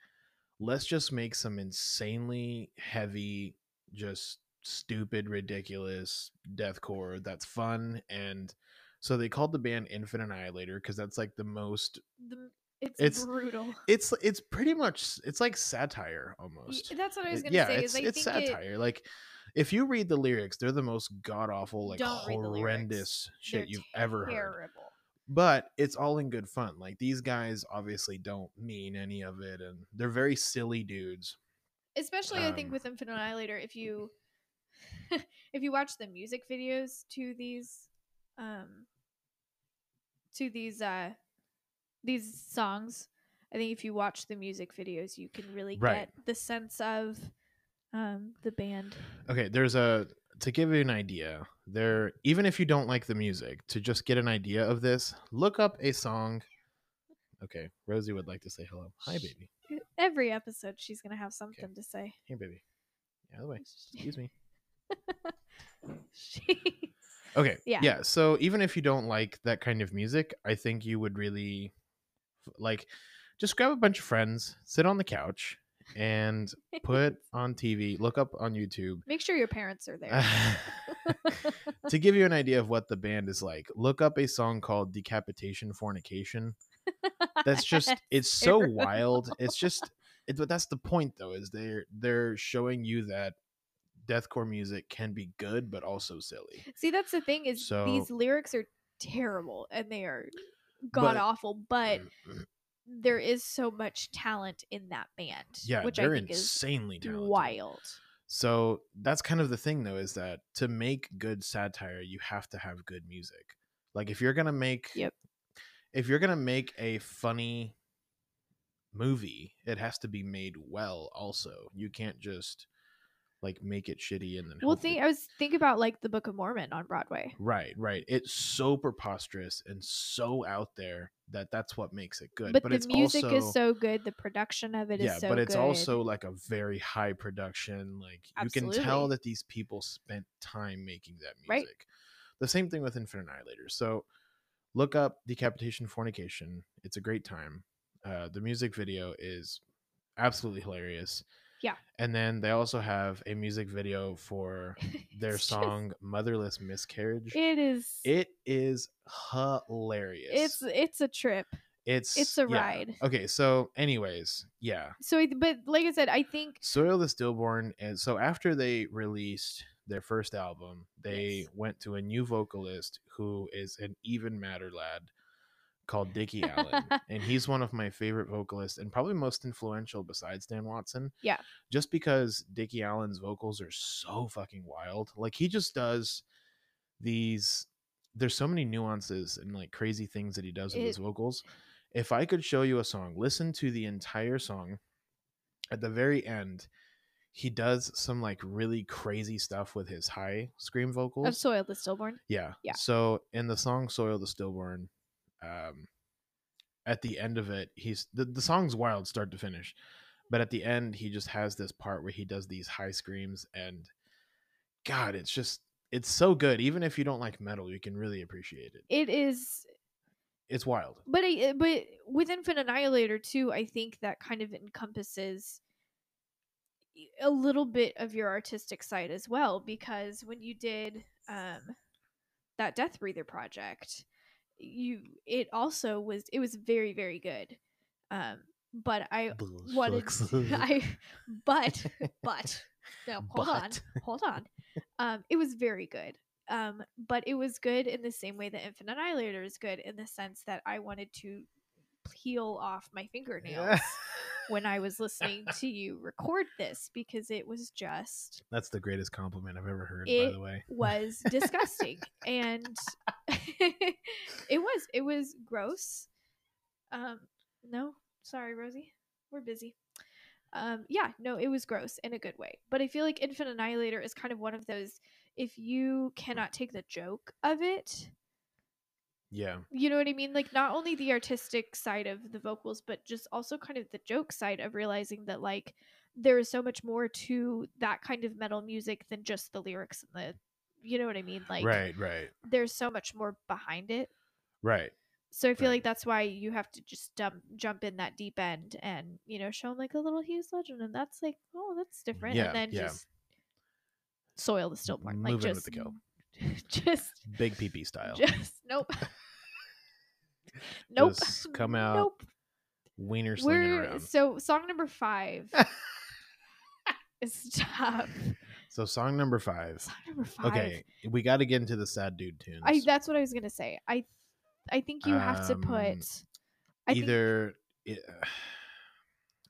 Speaker 3: let's just make some insanely heavy just stupid ridiculous deathcore that's fun and so they called the band Infinite Annihilator because that's like the most
Speaker 1: The, it's,
Speaker 3: It's-
Speaker 1: brutal.
Speaker 3: it's it's pretty much it's like satire
Speaker 1: Y-
Speaker 3: almost.
Speaker 1: That's what I was
Speaker 3: It-
Speaker 1: gonna
Speaker 3: yeah,
Speaker 1: say.
Speaker 3: it's
Speaker 1: is I
Speaker 3: it's
Speaker 1: think it-
Speaker 3: satire. Like if you read the lyrics, they're the most god awful, like
Speaker 1: Don't read the lyrics.
Speaker 3: horrendous shit
Speaker 1: they're
Speaker 3: you've ever heard.
Speaker 1: terrible.
Speaker 3: But it's all in good fun. Like these guys obviously don't mean any of it, and they're very silly dudes.
Speaker 1: Especially, I think
Speaker 3: Um,
Speaker 1: with Infinite Annihilator, if you if you watch the music videos to these, um, to these uh, these songs, I think if you watch the music videos, you can really
Speaker 3: Right.
Speaker 1: get the sense of um the band.
Speaker 3: Okay, there's a to give you an idea. There, even if you don't like the music, to just get an idea of this, look up a song. Okay, Rosie would like to say hello. Hi,
Speaker 1: Shh.
Speaker 3: baby.
Speaker 1: Every episode, she's gonna have something to say.
Speaker 3: Hey, baby. Yeah, the way. Excuse me.
Speaker 1: She-
Speaker 3: Okay.
Speaker 1: Yeah.
Speaker 3: Yeah. So even if you don't like that kind of music, I think you would really like just grab a bunch of friends, sit on the couch, and put on TV, look up on YouTube.
Speaker 1: Make sure your parents are there.
Speaker 3: to give you an idea of what the band is like, look up a song called Decapitation Fornication. That's just it's so
Speaker 1: terrible.
Speaker 3: wild. It's just it, but that's the point though, is they're they're showing you that deathcore music can be good but also silly.
Speaker 1: See, that's the thing is these
Speaker 3: So-
Speaker 1: lyrics are terrible and they are god awful, but
Speaker 3: Mm.
Speaker 1: there is so much talent in that band.
Speaker 3: yeah,
Speaker 1: which I
Speaker 3: they're
Speaker 1: think is
Speaker 3: insanely talented.
Speaker 1: wild.
Speaker 3: So that's kind of the thing though, is that to make good satire, you have to have good music. Like if you're gonna make
Speaker 1: Yep.
Speaker 3: if you're gonna make a funny movie, it has to be made well also. You can't just like make it shitty and then
Speaker 1: Well,
Speaker 3: hope that-
Speaker 1: think I was think about like the Book of Mormon on Broadway.
Speaker 3: Right, right. It's so preposterous and so out there that that's what makes it good.
Speaker 1: But,
Speaker 3: But, it's
Speaker 1: the music
Speaker 3: also,
Speaker 1: is so good, the production of it is
Speaker 3: yeah,
Speaker 1: so
Speaker 3: but it's
Speaker 1: good.
Speaker 3: also like a very high production. Like you can tell
Speaker 1: Absolutely.
Speaker 3: that these people spent time making that music.
Speaker 1: Right.
Speaker 3: The same thing with Infinite Annihilator. So look up Decapitation Fornication. It's a great time. Uh, the music video is absolutely hilarious.
Speaker 1: Yeah.
Speaker 3: And then they also have a music video for their
Speaker 1: It's just-
Speaker 3: song Motherless Miscarriage.
Speaker 1: it is.
Speaker 3: it is hilarious.
Speaker 1: it's it's a trip.
Speaker 3: it's
Speaker 1: it's a
Speaker 3: yeah.
Speaker 1: ride.
Speaker 3: Okay, so anyways, yeah.
Speaker 1: So, I, but like I said, I think
Speaker 3: Soil the Stillborn and so after they released their first album, they
Speaker 1: Yes.
Speaker 3: went to a new vocalist who is an even madder lad called Dickie Allen. And he's one of my favorite vocalists and probably most influential besides Dan Watson.
Speaker 1: Yeah.
Speaker 3: Just because Dickie Allen's vocals are so fucking wild. Like he just does these there's so many nuances and like crazy things that he does with his
Speaker 1: It-
Speaker 3: vocals. If I could show you a song, listen to the entire song at the very end, he does some like really crazy stuff with his high scream vocals.
Speaker 1: of soil the stillborn.
Speaker 3: Yeah.
Speaker 1: Yeah.
Speaker 3: So in the song Soil the Stillborn, um at the end of it, he's the, the song's wild start to finish. But at the end he just has this part where he does these high screams and God, it's just it's so good. Even if you don't like metal, you can really appreciate it.
Speaker 1: It is,
Speaker 3: It's wild.
Speaker 1: but I, uh, but with Infinite Annihilator too, I think that kind of encompasses a little bit of your artistic side as well. Because when you did um, that Death Breather project, you it also was it was very very good. Um, but I wanted I but but no hold on
Speaker 3: But.
Speaker 1: hold on um it was very good um but it was good in the same way that infinite annihilator is good in the sense that i wanted to peel off my fingernails when i was listening to you record this because it was just
Speaker 3: That's the greatest compliment I've ever heard, by
Speaker 1: It-
Speaker 3: the way.
Speaker 1: was disgusting and it was it was gross um no sorry rosie we're busy um yeah no it was gross in a good way but i feel like infant annihilator is kind of one of those if you cannot take the joke of it
Speaker 3: Yeah.
Speaker 1: you know what i mean like not only the artistic side of the vocals but just also kind of the joke side of realizing that like there is so much more to that kind of metal music than just the lyrics and the you know what i mean like
Speaker 3: right, right.
Speaker 1: there's so much more behind it
Speaker 3: Right.
Speaker 1: so I feel
Speaker 3: Right.
Speaker 1: like that's why you have to just dump, jump in that deep end and you know show them like a little Hughes legend, and that's like oh that's different,
Speaker 3: Mm, Yeah,
Speaker 1: and then
Speaker 3: yeah.
Speaker 1: just soil the stillborn, like
Speaker 3: Move in
Speaker 1: just
Speaker 3: with the kill.
Speaker 1: just
Speaker 3: Big PP style.
Speaker 1: just nope, nope,
Speaker 3: Just come out
Speaker 1: nope.
Speaker 3: Wiener slinging
Speaker 1: We're
Speaker 3: around.
Speaker 1: so song number five is tough.
Speaker 3: So song number five.
Speaker 1: Song number five.
Speaker 3: Okay, we got to get into the sad dude tunes.
Speaker 1: I that's what I was gonna say. I I think you have to put
Speaker 3: Um,
Speaker 1: I think-
Speaker 3: Either it,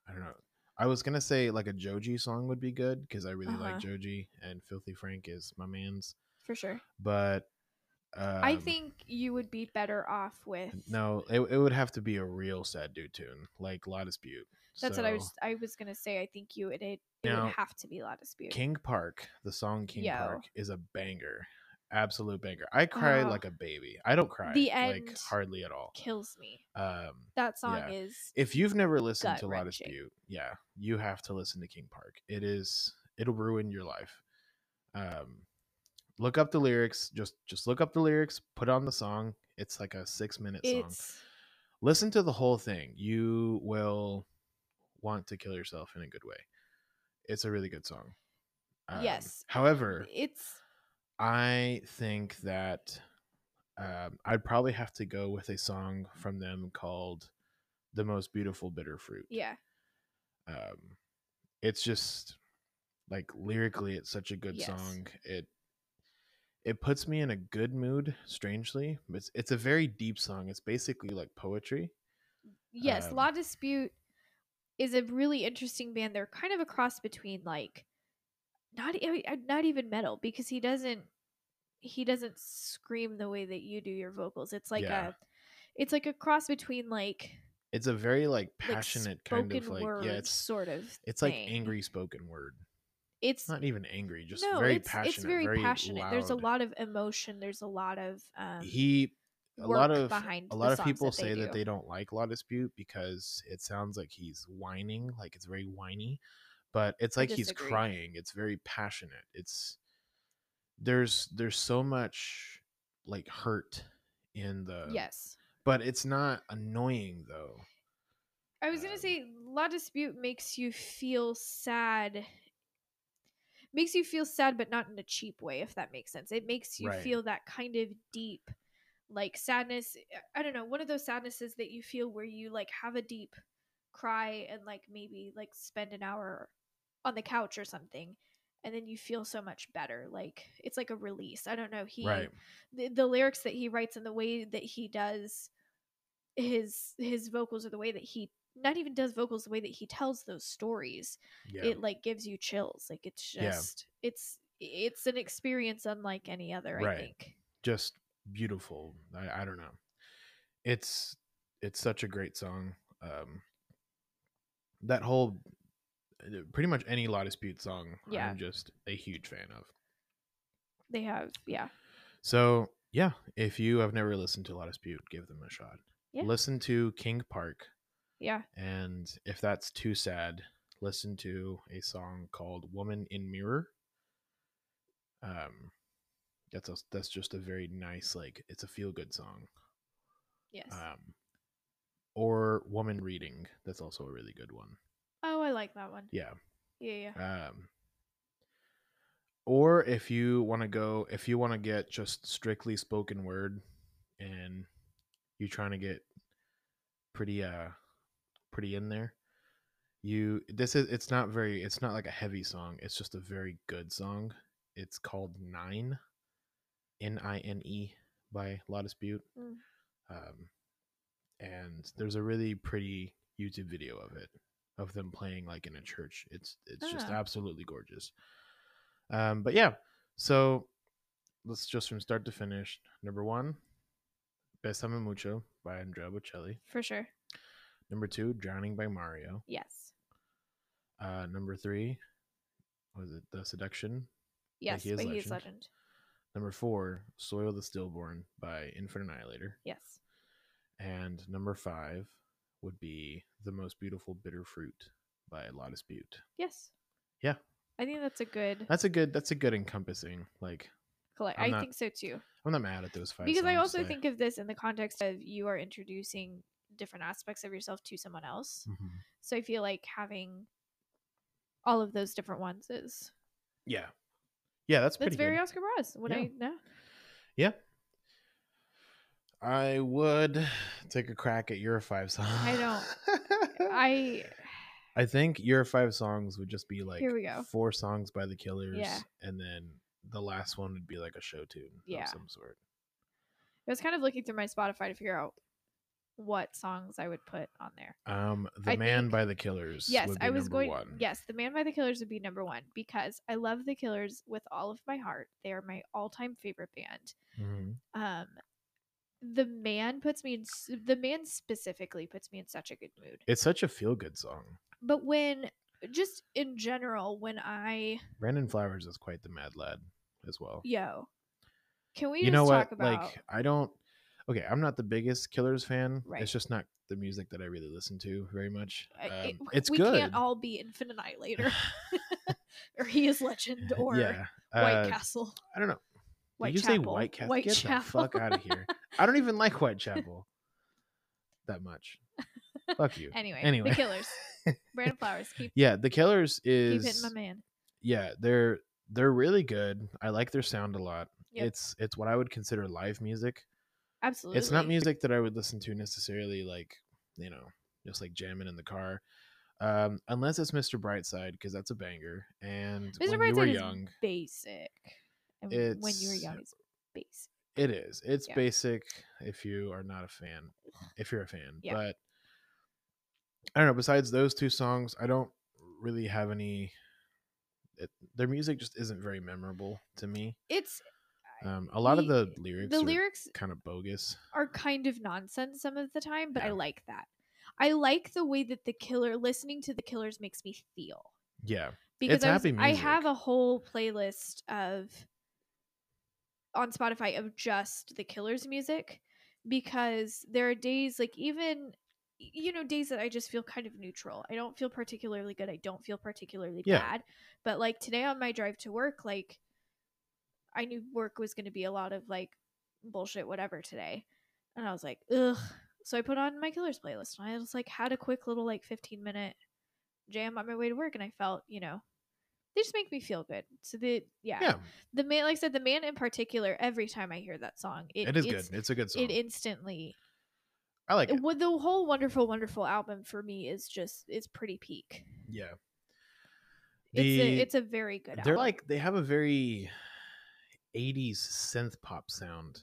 Speaker 3: I don't know. I was gonna say like a Joji song would be good because I really
Speaker 1: Uh-huh.
Speaker 3: like Joji and Filthy Frank is my man's.
Speaker 1: for sure.
Speaker 3: But um,
Speaker 1: I think you would be better off with
Speaker 3: no, it, it would have to be a real sad dude tune like La Dispute.
Speaker 1: That's what I was.
Speaker 3: So,
Speaker 1: I was gonna say. I think you it it, it
Speaker 3: Now,
Speaker 1: would have to be a lot of spew.
Speaker 3: King Park, the song King
Speaker 1: Yo.
Speaker 3: Park is a banger, absolute banger. I cry
Speaker 1: Oh.
Speaker 3: like a baby. I don't cry
Speaker 1: The
Speaker 3: like
Speaker 1: end.
Speaker 3: hardly at all.
Speaker 1: Kills me.
Speaker 3: Um,
Speaker 1: That song
Speaker 3: Yeah.
Speaker 1: is
Speaker 3: if you've never listened to a lot of
Speaker 1: gut-wrenching.
Speaker 3: dispute yeah you have to listen to king park it is it'll ruin your life um look up the lyrics just just look up the lyrics put on the song it's like a six minute song
Speaker 1: it's
Speaker 3: listen to the whole thing you will want to kill yourself in a good way it's a really good song Um,
Speaker 1: Yes.
Speaker 3: however
Speaker 1: it's
Speaker 3: i think that um, i'd probably have to go with a song from them called the most beautiful bitter fruit
Speaker 1: yeah
Speaker 3: um it's just like lyrically it's such a good
Speaker 1: Yes.
Speaker 3: song it it puts me in a good mood strangely it's it's a very deep song it's basically like poetry
Speaker 1: yes.
Speaker 3: Um,
Speaker 1: La Dispute is a really interesting band. They're kind of a cross between like not e- uh, not even metal because he doesn't he doesn't scream the way that you do your vocals. It's like
Speaker 3: Yeah.
Speaker 1: a it's like a cross between like
Speaker 3: it's a very like
Speaker 1: like
Speaker 3: passionate
Speaker 1: spoken
Speaker 3: kind of like
Speaker 1: word
Speaker 3: yeah it's
Speaker 1: sort of
Speaker 3: it's like
Speaker 1: thing.
Speaker 3: angry spoken word
Speaker 1: It's
Speaker 3: not even angry just very passionate
Speaker 1: It's very, passionate.
Speaker 3: loud.
Speaker 1: There's a lot of emotion. There's a lot of um,
Speaker 3: he a lot
Speaker 1: work
Speaker 3: of
Speaker 1: behind
Speaker 3: a
Speaker 1: the
Speaker 3: lot of
Speaker 1: songs
Speaker 3: people
Speaker 1: that
Speaker 3: say
Speaker 1: they
Speaker 3: that
Speaker 1: do.
Speaker 3: they don't like law dispute because it sounds like he's whining like it's very whiny but it's
Speaker 1: I
Speaker 3: like he's
Speaker 1: disagree.
Speaker 3: crying it's very passionate it's there's there's so much like hurt in the
Speaker 1: yes.
Speaker 3: but it's not annoying though
Speaker 1: I was gonna
Speaker 3: Um,
Speaker 1: say La Dispute makes you feel sad. Makes you feel sad, but not in a cheap way, if that makes sense. It makes you
Speaker 3: Right.
Speaker 1: feel that kind of deep, like sadness. I don't know, one of those sadnesses that you feel where you like have a deep cry and like maybe like spend an hour on the couch or something, and then you feel so much better. Like it's like a release. I don't know. He
Speaker 3: right.
Speaker 1: the, the lyrics that he writes and the way that he does his his vocals or the way that he not even does vocals the way that he tells those stories
Speaker 3: Yeah.
Speaker 1: it like gives you chills like it's
Speaker 3: Yeah.
Speaker 1: just it's it's an experience unlike any other i
Speaker 3: Right.
Speaker 1: think
Speaker 3: just beautiful. I, I don't know. It's it's such a great song. Um, that whole uh, pretty much any La Dispute song,
Speaker 1: Yeah.
Speaker 3: I'm just a huge fan of.
Speaker 1: they have yeah
Speaker 3: So yeah, if you have never listened to La Dispute, give them a shot.
Speaker 1: Yeah.
Speaker 3: Listen to King Park,
Speaker 1: yeah
Speaker 3: and if that's too sad, listen to a song called "Woman in Mirror." Um, that's a, that's just a very nice like it's a feel good song.
Speaker 1: yes
Speaker 3: um, or woman reading that's also a really good one
Speaker 1: oh i like that one
Speaker 3: yeah
Speaker 1: yeah yeah
Speaker 3: um, or if you want to go if you want to get just strictly spoken word and you're trying to get pretty uh pretty in there you this is it's not very it's not like a heavy song it's just a very good song it's called nine n-i-n-e E, by la dispute
Speaker 1: Mm.
Speaker 3: um, and there's a really pretty youtube video of it of them playing like in a church it's it's just
Speaker 1: Ah.
Speaker 3: absolutely gorgeous um but yeah so let's just from start to finish number one besame mucho by andrea bocelli
Speaker 1: for sure
Speaker 3: number two drowning by mario
Speaker 1: yes
Speaker 3: uh, number three was it the seduction?
Speaker 1: yes
Speaker 3: he is
Speaker 1: but he's
Speaker 3: legend.
Speaker 1: legend
Speaker 3: Number four, Soil the Stillborn by Infant Annihilator.
Speaker 1: yes
Speaker 3: And number five would be The Most Beautiful Bitter Fruit by La Dispute.
Speaker 1: yes
Speaker 3: Yeah.
Speaker 1: i think that's a good
Speaker 3: That's a good that's a good encompassing. Like
Speaker 1: collect
Speaker 3: I'm
Speaker 1: i
Speaker 3: not-
Speaker 1: think so too
Speaker 3: I'm not mad at those five.
Speaker 1: because I
Speaker 3: songs,
Speaker 1: also
Speaker 3: like-
Speaker 1: think of this in the context of you are introducing different aspects of yourself to someone else.
Speaker 3: Mhm.
Speaker 1: So I feel like having all of those different ones is
Speaker 3: Yeah. Yeah, that's pretty
Speaker 1: that's very
Speaker 3: good.
Speaker 1: Oscar Bros. When
Speaker 3: Yeah.
Speaker 1: I know,
Speaker 3: Yeah. I would take a crack at your five songs.
Speaker 1: don't. I
Speaker 3: I think your five songs would just be like
Speaker 1: Here we go.
Speaker 3: four songs by the Killers,
Speaker 1: Yeah.
Speaker 3: and then the last one would be like a show tune
Speaker 1: Yeah.
Speaker 3: of some sort.
Speaker 1: I was kind of looking through my Spotify to figure out what songs I would put on there.
Speaker 3: Um, The
Speaker 1: I
Speaker 3: Man
Speaker 1: think-
Speaker 3: by the Killers.
Speaker 1: Yes,
Speaker 3: would be
Speaker 1: I was
Speaker 3: number
Speaker 1: going.
Speaker 3: One.
Speaker 1: Yes, The Man by the Killers would be number one because I love the Killers with all of my heart. They are my all-time favorite band.
Speaker 3: Mhm.
Speaker 1: um the man puts me in s- the man specifically puts me in such a good mood
Speaker 3: it's such a feel good song.
Speaker 1: but when just in general when i
Speaker 3: Brandon Flowers is quite the mad lad as well.
Speaker 1: yo can we
Speaker 3: you
Speaker 1: just
Speaker 3: know
Speaker 1: talk
Speaker 3: what?
Speaker 1: about
Speaker 3: Like, I don't. Okay, I'm not the biggest Killers fan.
Speaker 1: Right.
Speaker 3: It's just not the music that I really listen to very much.
Speaker 1: I- it-
Speaker 3: Um, it's
Speaker 1: we
Speaker 3: good.
Speaker 1: can't all be infinite annihilator or he is legend or
Speaker 3: yeah.
Speaker 1: white
Speaker 3: uh,
Speaker 1: castle
Speaker 3: I don't know.
Speaker 1: white
Speaker 3: Did you say
Speaker 1: chapel
Speaker 3: White Castle?
Speaker 1: white
Speaker 3: Get the fuck out of here. I don't even like Whitechapel that much. Fuck you.
Speaker 1: anyway
Speaker 3: Anyway.
Speaker 1: the killers brandon flowers keep
Speaker 3: yeah, The Killers
Speaker 1: keep hitting
Speaker 3: is
Speaker 1: my man
Speaker 3: yeah, they're they're really good. I like their sound a lot.
Speaker 1: Yep.
Speaker 3: It's it's what I would consider live music.
Speaker 1: absolutely
Speaker 3: It's not music that I would listen to necessarily like, you know, just like jamming in the car. Um, unless it's Mr. Brightside because that's a banger. And
Speaker 1: mr
Speaker 3: when you were
Speaker 1: brightside is
Speaker 3: young,
Speaker 1: basic and when you were
Speaker 3: It's-
Speaker 1: young it's basic
Speaker 3: It is. It's
Speaker 1: Yeah.
Speaker 3: basic if you are not a fan. If you're a fan.
Speaker 1: Yeah.
Speaker 3: But I don't know, besides those two songs, I don't really have any it, their music just isn't very memorable to me.
Speaker 1: it's
Speaker 3: Um, a lot of
Speaker 1: Ye-
Speaker 3: the lyrics
Speaker 1: the
Speaker 3: are
Speaker 1: lyrics
Speaker 3: kind of bogus.
Speaker 1: are kind of nonsense some of the time, but I
Speaker 3: Yeah.
Speaker 1: like that. I like the way that the killer listening to the killers makes me feel
Speaker 3: Yeah.
Speaker 1: because
Speaker 3: It's
Speaker 1: I, was-
Speaker 3: happy
Speaker 1: I have
Speaker 3: music.
Speaker 1: a whole playlist of on Spotify of just the killers music because there are days like even you know days that I just feel kind of neutral. I don't feel particularly good. I don't feel particularly
Speaker 3: Yeah.
Speaker 1: bad. But like today on my drive to work, like I knew work was going to be a lot of like bullshit, whatever today. And I was like, ugh, So I put on my Killers playlist and I just like had a quick little like 15 minute jam on my way to work and I felt, you know, they just make me feel good. So the yeah,
Speaker 3: Yeah,
Speaker 1: the man like I said the man in particular every time I hear that song, it,
Speaker 3: it is
Speaker 1: it's-
Speaker 3: good. It's a good song.
Speaker 1: It instantly
Speaker 3: I like it.
Speaker 1: with the whole wonderful wonderful album for me is just it's pretty peak.
Speaker 3: Yeah.
Speaker 1: it's
Speaker 3: The-
Speaker 1: a, it's a very good
Speaker 3: They're
Speaker 1: album.
Speaker 3: like they have a very 80s synth pop sound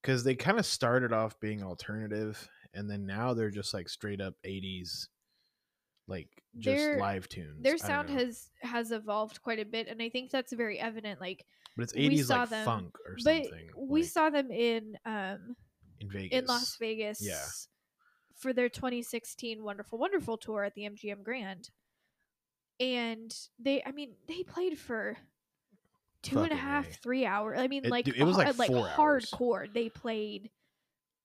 Speaker 3: because they kind of started off being alternative and then now they're just like straight up 80s like just
Speaker 1: Their-
Speaker 3: live tunes I
Speaker 1: their
Speaker 3: don't
Speaker 1: sound
Speaker 3: know.
Speaker 1: has has evolved quite a bit and i think that's very evident like
Speaker 3: but it's
Speaker 1: we
Speaker 3: 80s
Speaker 1: saw
Speaker 3: like
Speaker 1: them,
Speaker 3: funk or
Speaker 1: but
Speaker 3: something
Speaker 1: we
Speaker 3: like,
Speaker 1: saw them in um
Speaker 3: in Vegas
Speaker 1: in las vegas for their 2016 wonderful wonderful tour at the mgm grand and they i mean they played for two and a
Speaker 3: Fucking
Speaker 1: half,
Speaker 3: A.
Speaker 1: three hours i mean
Speaker 3: It-
Speaker 1: like
Speaker 3: dude, it was, like,
Speaker 1: hard- like
Speaker 3: four hours.
Speaker 1: hardcore they played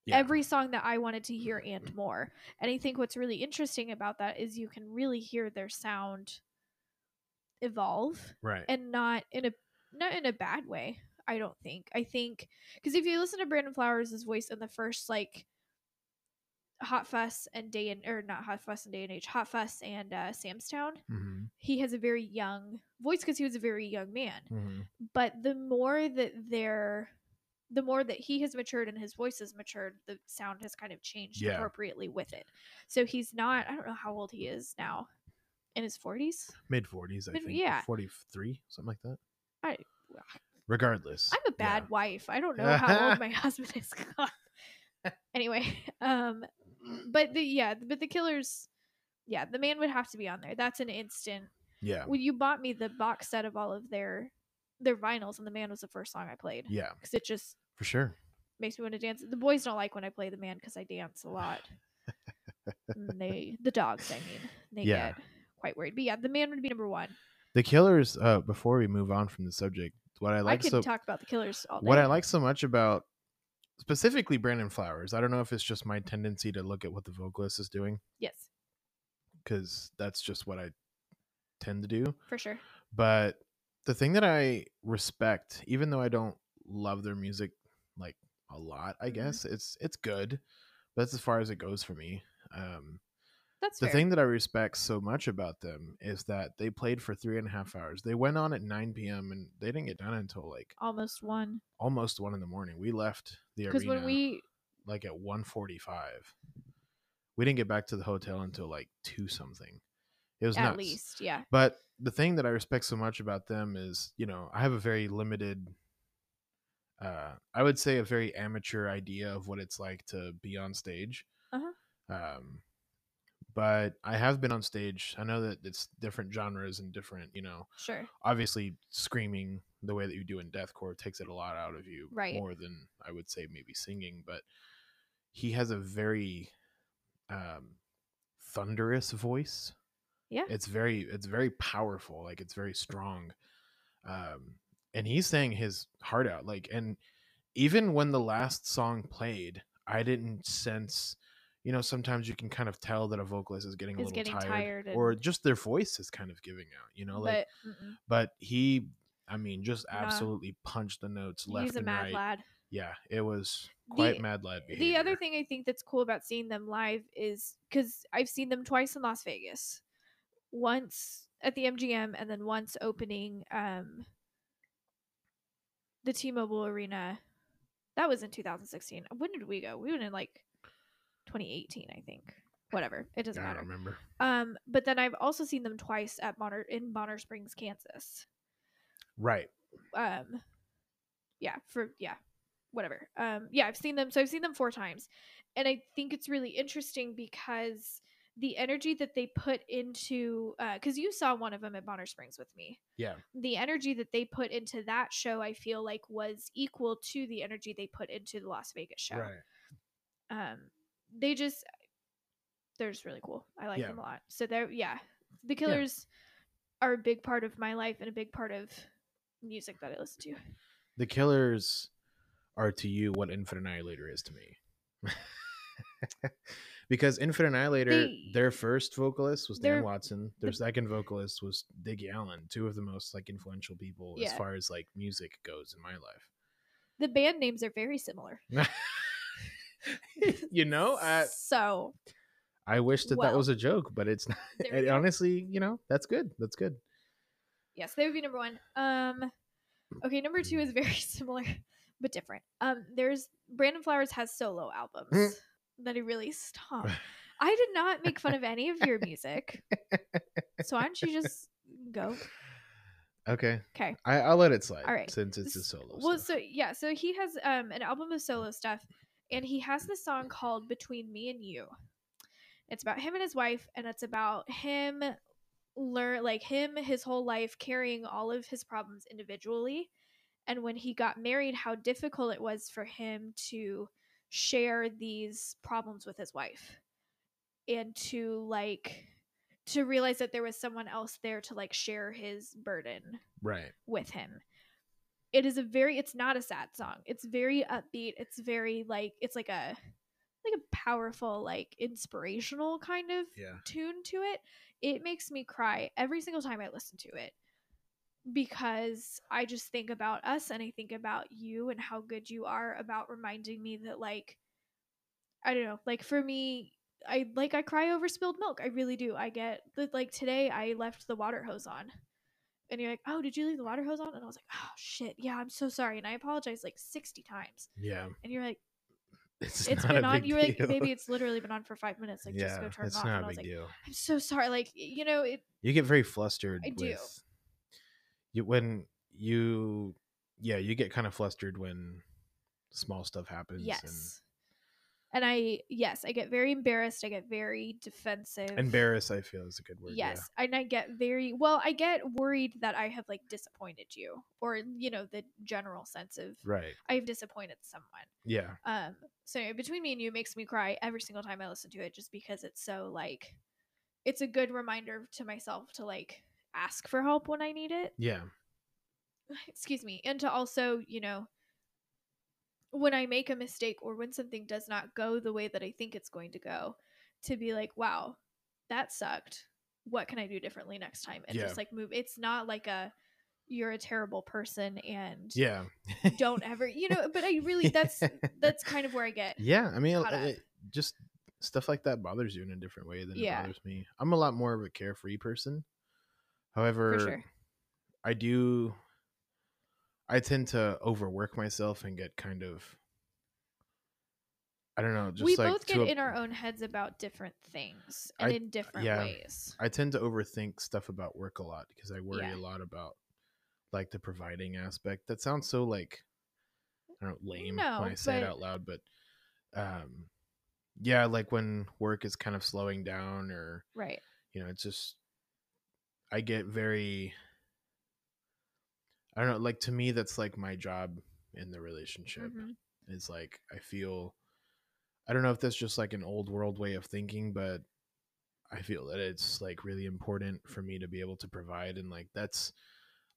Speaker 3: yeah.
Speaker 1: every song that I wanted to hear and more. And I think what's really interesting about that is you can really hear their sound evolve
Speaker 3: right
Speaker 1: and not in a not in a bad way, I don't think. I think cuz if you listen to Brandon Flowers' voice in the first like Hot Fuss and Day and or not Hot Fuss and Day and Age, Hot Fuss and uh, Samstown,
Speaker 3: Mhm,
Speaker 1: he has a very young voice cuz he was a very young man
Speaker 3: mhm.
Speaker 1: but the more that they're the more that he has matured and his voice has matured the sound has kind of changed
Speaker 3: Yeah.
Speaker 1: appropriately with it so he's not i don't know how old he is now in his 40s
Speaker 3: mid 40s i
Speaker 1: Mid-
Speaker 3: think
Speaker 1: yeah.
Speaker 3: 43 something like that
Speaker 1: I-
Speaker 3: regardless
Speaker 1: i'm a
Speaker 3: yeah.
Speaker 1: bad wife i don't know how old my husband is God. anyway um but the yeah but the killers yeah the man would have to be on there that's an instant
Speaker 3: yeah
Speaker 1: when you bought me the box set of all of their their vinyls and the man was the first song i played
Speaker 3: yeah
Speaker 1: because it just
Speaker 3: for sure
Speaker 1: makes me want to dance. The boys don't like when I play the man because I dance a lot. And they the dogs, I mean, they
Speaker 3: Yeah.
Speaker 1: get quite worried. But yeah, the man would be number one.
Speaker 3: the killers uh before we move on from the subject what i
Speaker 1: I,
Speaker 3: like
Speaker 1: could
Speaker 3: so
Speaker 1: talk about the killers all day.
Speaker 3: what I like so much about specifically Brandon Flowers, I don't know if it's just my tendency to look at what the vocalist is doing
Speaker 1: yes,
Speaker 3: because that's just what I tend to do.
Speaker 1: for sure.
Speaker 3: But the thing that I respect, even though I don't love their music like a lot, I
Speaker 1: Mhm.
Speaker 3: guess it's it's good, but that's as far as it goes for me. Um,
Speaker 1: That's
Speaker 3: the
Speaker 1: fair.
Speaker 3: thing that I respect so much about them is that they played for three and a half hours. They went on at 9 p.m. and they didn't get done until like
Speaker 1: Almost one
Speaker 3: almost one in the morning. We left the arena
Speaker 1: because when we
Speaker 3: like at 145 we didn't get back to the hotel until like 2 something it was
Speaker 1: at
Speaker 3: nuts
Speaker 1: least yeah
Speaker 3: but the thing that i respect so much about them is you know i have a very limited uh i would say a very amateur idea of what it's like to be on stage
Speaker 1: Uh-huh.
Speaker 3: um but i have been on stage i know that it's different genres and different you know
Speaker 1: sure
Speaker 3: obviously screaming the way that you do in deathcore takes it a lot out of you
Speaker 1: Right.
Speaker 3: more than i would say maybe singing but he has a very um thunderous voice
Speaker 1: Yeah.
Speaker 3: it's very it's very powerful like it's very strong um and he's sang his heart out like and even when the last song played i didn't sense you know sometimes you can kind of tell that a vocalist is getting a
Speaker 1: Is
Speaker 3: little
Speaker 1: getting
Speaker 3: tired,
Speaker 1: tired and-
Speaker 3: or just their voice is kind of giving out you know like
Speaker 1: but mm-mm.
Speaker 3: but he i mean just
Speaker 1: Yeah.
Speaker 3: absolutely punched the notes left
Speaker 1: he's a
Speaker 3: and
Speaker 1: mad
Speaker 3: right
Speaker 1: lad.
Speaker 3: yeah it was quite
Speaker 1: The-
Speaker 3: mad lad
Speaker 1: The other
Speaker 3: behavior.
Speaker 1: thing I think that's cool about seeing them live is because I've seen them twice in Las Vegas, once at the MGM and then once opening um, the T-Mobile Arena. That was in 2016. When did we go? We went in like 2018, I think. Whatever, it doesn't
Speaker 3: i
Speaker 1: matter.
Speaker 3: don't remember
Speaker 1: Um, but then I've also seen them twice at Bonner in Bonner Springs, Kansas.
Speaker 3: right
Speaker 1: Um, yeah, for yeah, whatever. Um, yeah, I've seen them. So I've seen them four times, and I think it's really interesting because the energy that they put into because you saw one of them at Bonner Springs with me.
Speaker 3: yeah
Speaker 1: The energy that they put into that show, I feel like, was equal to the energy they put into the Las Vegas show.
Speaker 3: right
Speaker 1: Um, they just they're just really cool. I like
Speaker 3: Yeah.
Speaker 1: them a lot. So they're yeah, the Killers are a big part of my life and a big part of music that I listen to.
Speaker 3: the killers are to you what infinite annihilator is to me because infinite annihilator
Speaker 1: They-
Speaker 3: their first vocalist was dan
Speaker 1: they're-
Speaker 3: watson their
Speaker 1: the-
Speaker 3: second vocalist was diggy allen two of the most like influential people as
Speaker 1: Yeah.
Speaker 3: far as like music goes in my life
Speaker 1: The band names are very similar.
Speaker 3: you know, I
Speaker 1: so
Speaker 3: I wish that that
Speaker 1: Well,
Speaker 3: was a joke, but it's not.
Speaker 1: there we
Speaker 3: It,
Speaker 1: go.
Speaker 3: honestly, you know, that's good. That's good.
Speaker 1: yes, they would be number one. Um, okay, number two is very similar but different. Um, there's Brandon Flowers has solo albums that he released. Huh. I did not make fun of any of your music, so why don't you just go?
Speaker 3: Okay.
Speaker 1: 'Kay.
Speaker 3: I, I'll let it slide.
Speaker 1: All right.
Speaker 3: Since it's a
Speaker 1: S-
Speaker 3: solo.
Speaker 1: Well,
Speaker 3: stuff.
Speaker 1: so yeah, so he has um an album of solo stuff, and he has this song called "Between Me and You." It's about him and his wife, and it's about him learn like him his whole life carrying all of his problems individually, and when he got married, how difficult it was for him to share these problems with his wife, and to like to realize that there was someone else there to like share his burden
Speaker 3: right.
Speaker 1: with him. It is a very it's not a sad song. It's very upbeat. It's very like it's like a like a powerful like inspirational kind of
Speaker 3: Yeah.
Speaker 1: tune to it. It makes me cry every single time I listen to it because I just think about us and I think about you and how good you are about reminding me that like I don't know, like for me I like I cry over spilled milk. I really do. I get that like today I left the water hose on. And you're like, "Oh, did you leave the water hose on?" And I was like, "Oh shit. Yeah, I'm so sorry." And I apologized like 60 times.
Speaker 3: Yeah.
Speaker 1: And you're like,
Speaker 3: It's,
Speaker 1: "It's
Speaker 3: not
Speaker 1: been
Speaker 3: a
Speaker 1: on."
Speaker 3: big
Speaker 1: You were like,
Speaker 3: deal.
Speaker 1: "Maybe it's literally been on for 5 minutes. Like just
Speaker 3: yeah.
Speaker 1: go turn
Speaker 3: it's
Speaker 1: it off."
Speaker 3: not
Speaker 1: and
Speaker 3: a
Speaker 1: I was
Speaker 3: big
Speaker 1: like,
Speaker 3: deal.
Speaker 1: I'm so sorry. Like, you know, it
Speaker 3: You get very flustered.
Speaker 1: I do.
Speaker 3: with- You when you yeah you get kind of flustered when small stuff happens.
Speaker 1: yes. And I yes, I get very embarrassed. I get very defensive.
Speaker 3: And embarrassed, I feel is a good word.
Speaker 1: Yes, and I get very well. I get worried that I have like disappointed you, or you know, the general sense of
Speaker 3: Yeah. Right.
Speaker 1: I have disappointed someone.
Speaker 3: Yeah.
Speaker 1: Um. So anyway, between me and you makes me cry every single time I listen to it, just because it's so like, it's a good reminder to myself to like ask for help when I need it.
Speaker 3: Yeah.
Speaker 1: excuse me, and to also, you know, when I make a mistake or when something does not go the way that I think it's going to go, to be like, wow, that sucked. What can I do differently next time? And
Speaker 3: Yeah.
Speaker 1: just like move. It's not like a you're a terrible person and
Speaker 3: Yeah.
Speaker 1: don't ever, you know, but I really that's that's kind of where I get.
Speaker 3: Yeah, I mean, uh,
Speaker 1: caught up.
Speaker 3: it, just stuff like that bothers you in a different way than
Speaker 1: Yeah.
Speaker 3: it bothers me. I'm a lot more of a carefree person. However,
Speaker 1: sure.
Speaker 3: I do. I tend to overwork myself and get kind of. I don't know. Just
Speaker 1: we
Speaker 3: like
Speaker 1: both
Speaker 3: to
Speaker 1: get
Speaker 3: a-
Speaker 1: in our own heads about different things and
Speaker 3: I-
Speaker 1: in different
Speaker 3: yeah.
Speaker 1: ways.
Speaker 3: I tend to overthink stuff about work a lot because I worry
Speaker 1: Yeah.
Speaker 3: a lot about like the providing aspect. That sounds so like I don't know, lame
Speaker 1: No,
Speaker 3: when I say it
Speaker 1: but-
Speaker 3: out loud, but um yeah, like when work is kind of slowing down or
Speaker 1: Right.
Speaker 3: you know, it's just I get very I don't know, like to me that's like my job in the relationship
Speaker 1: Mhm.
Speaker 3: is like I feel I don't know if that's just like an old world way of thinking, but I feel that it's like really important for me to be able to provide and like that's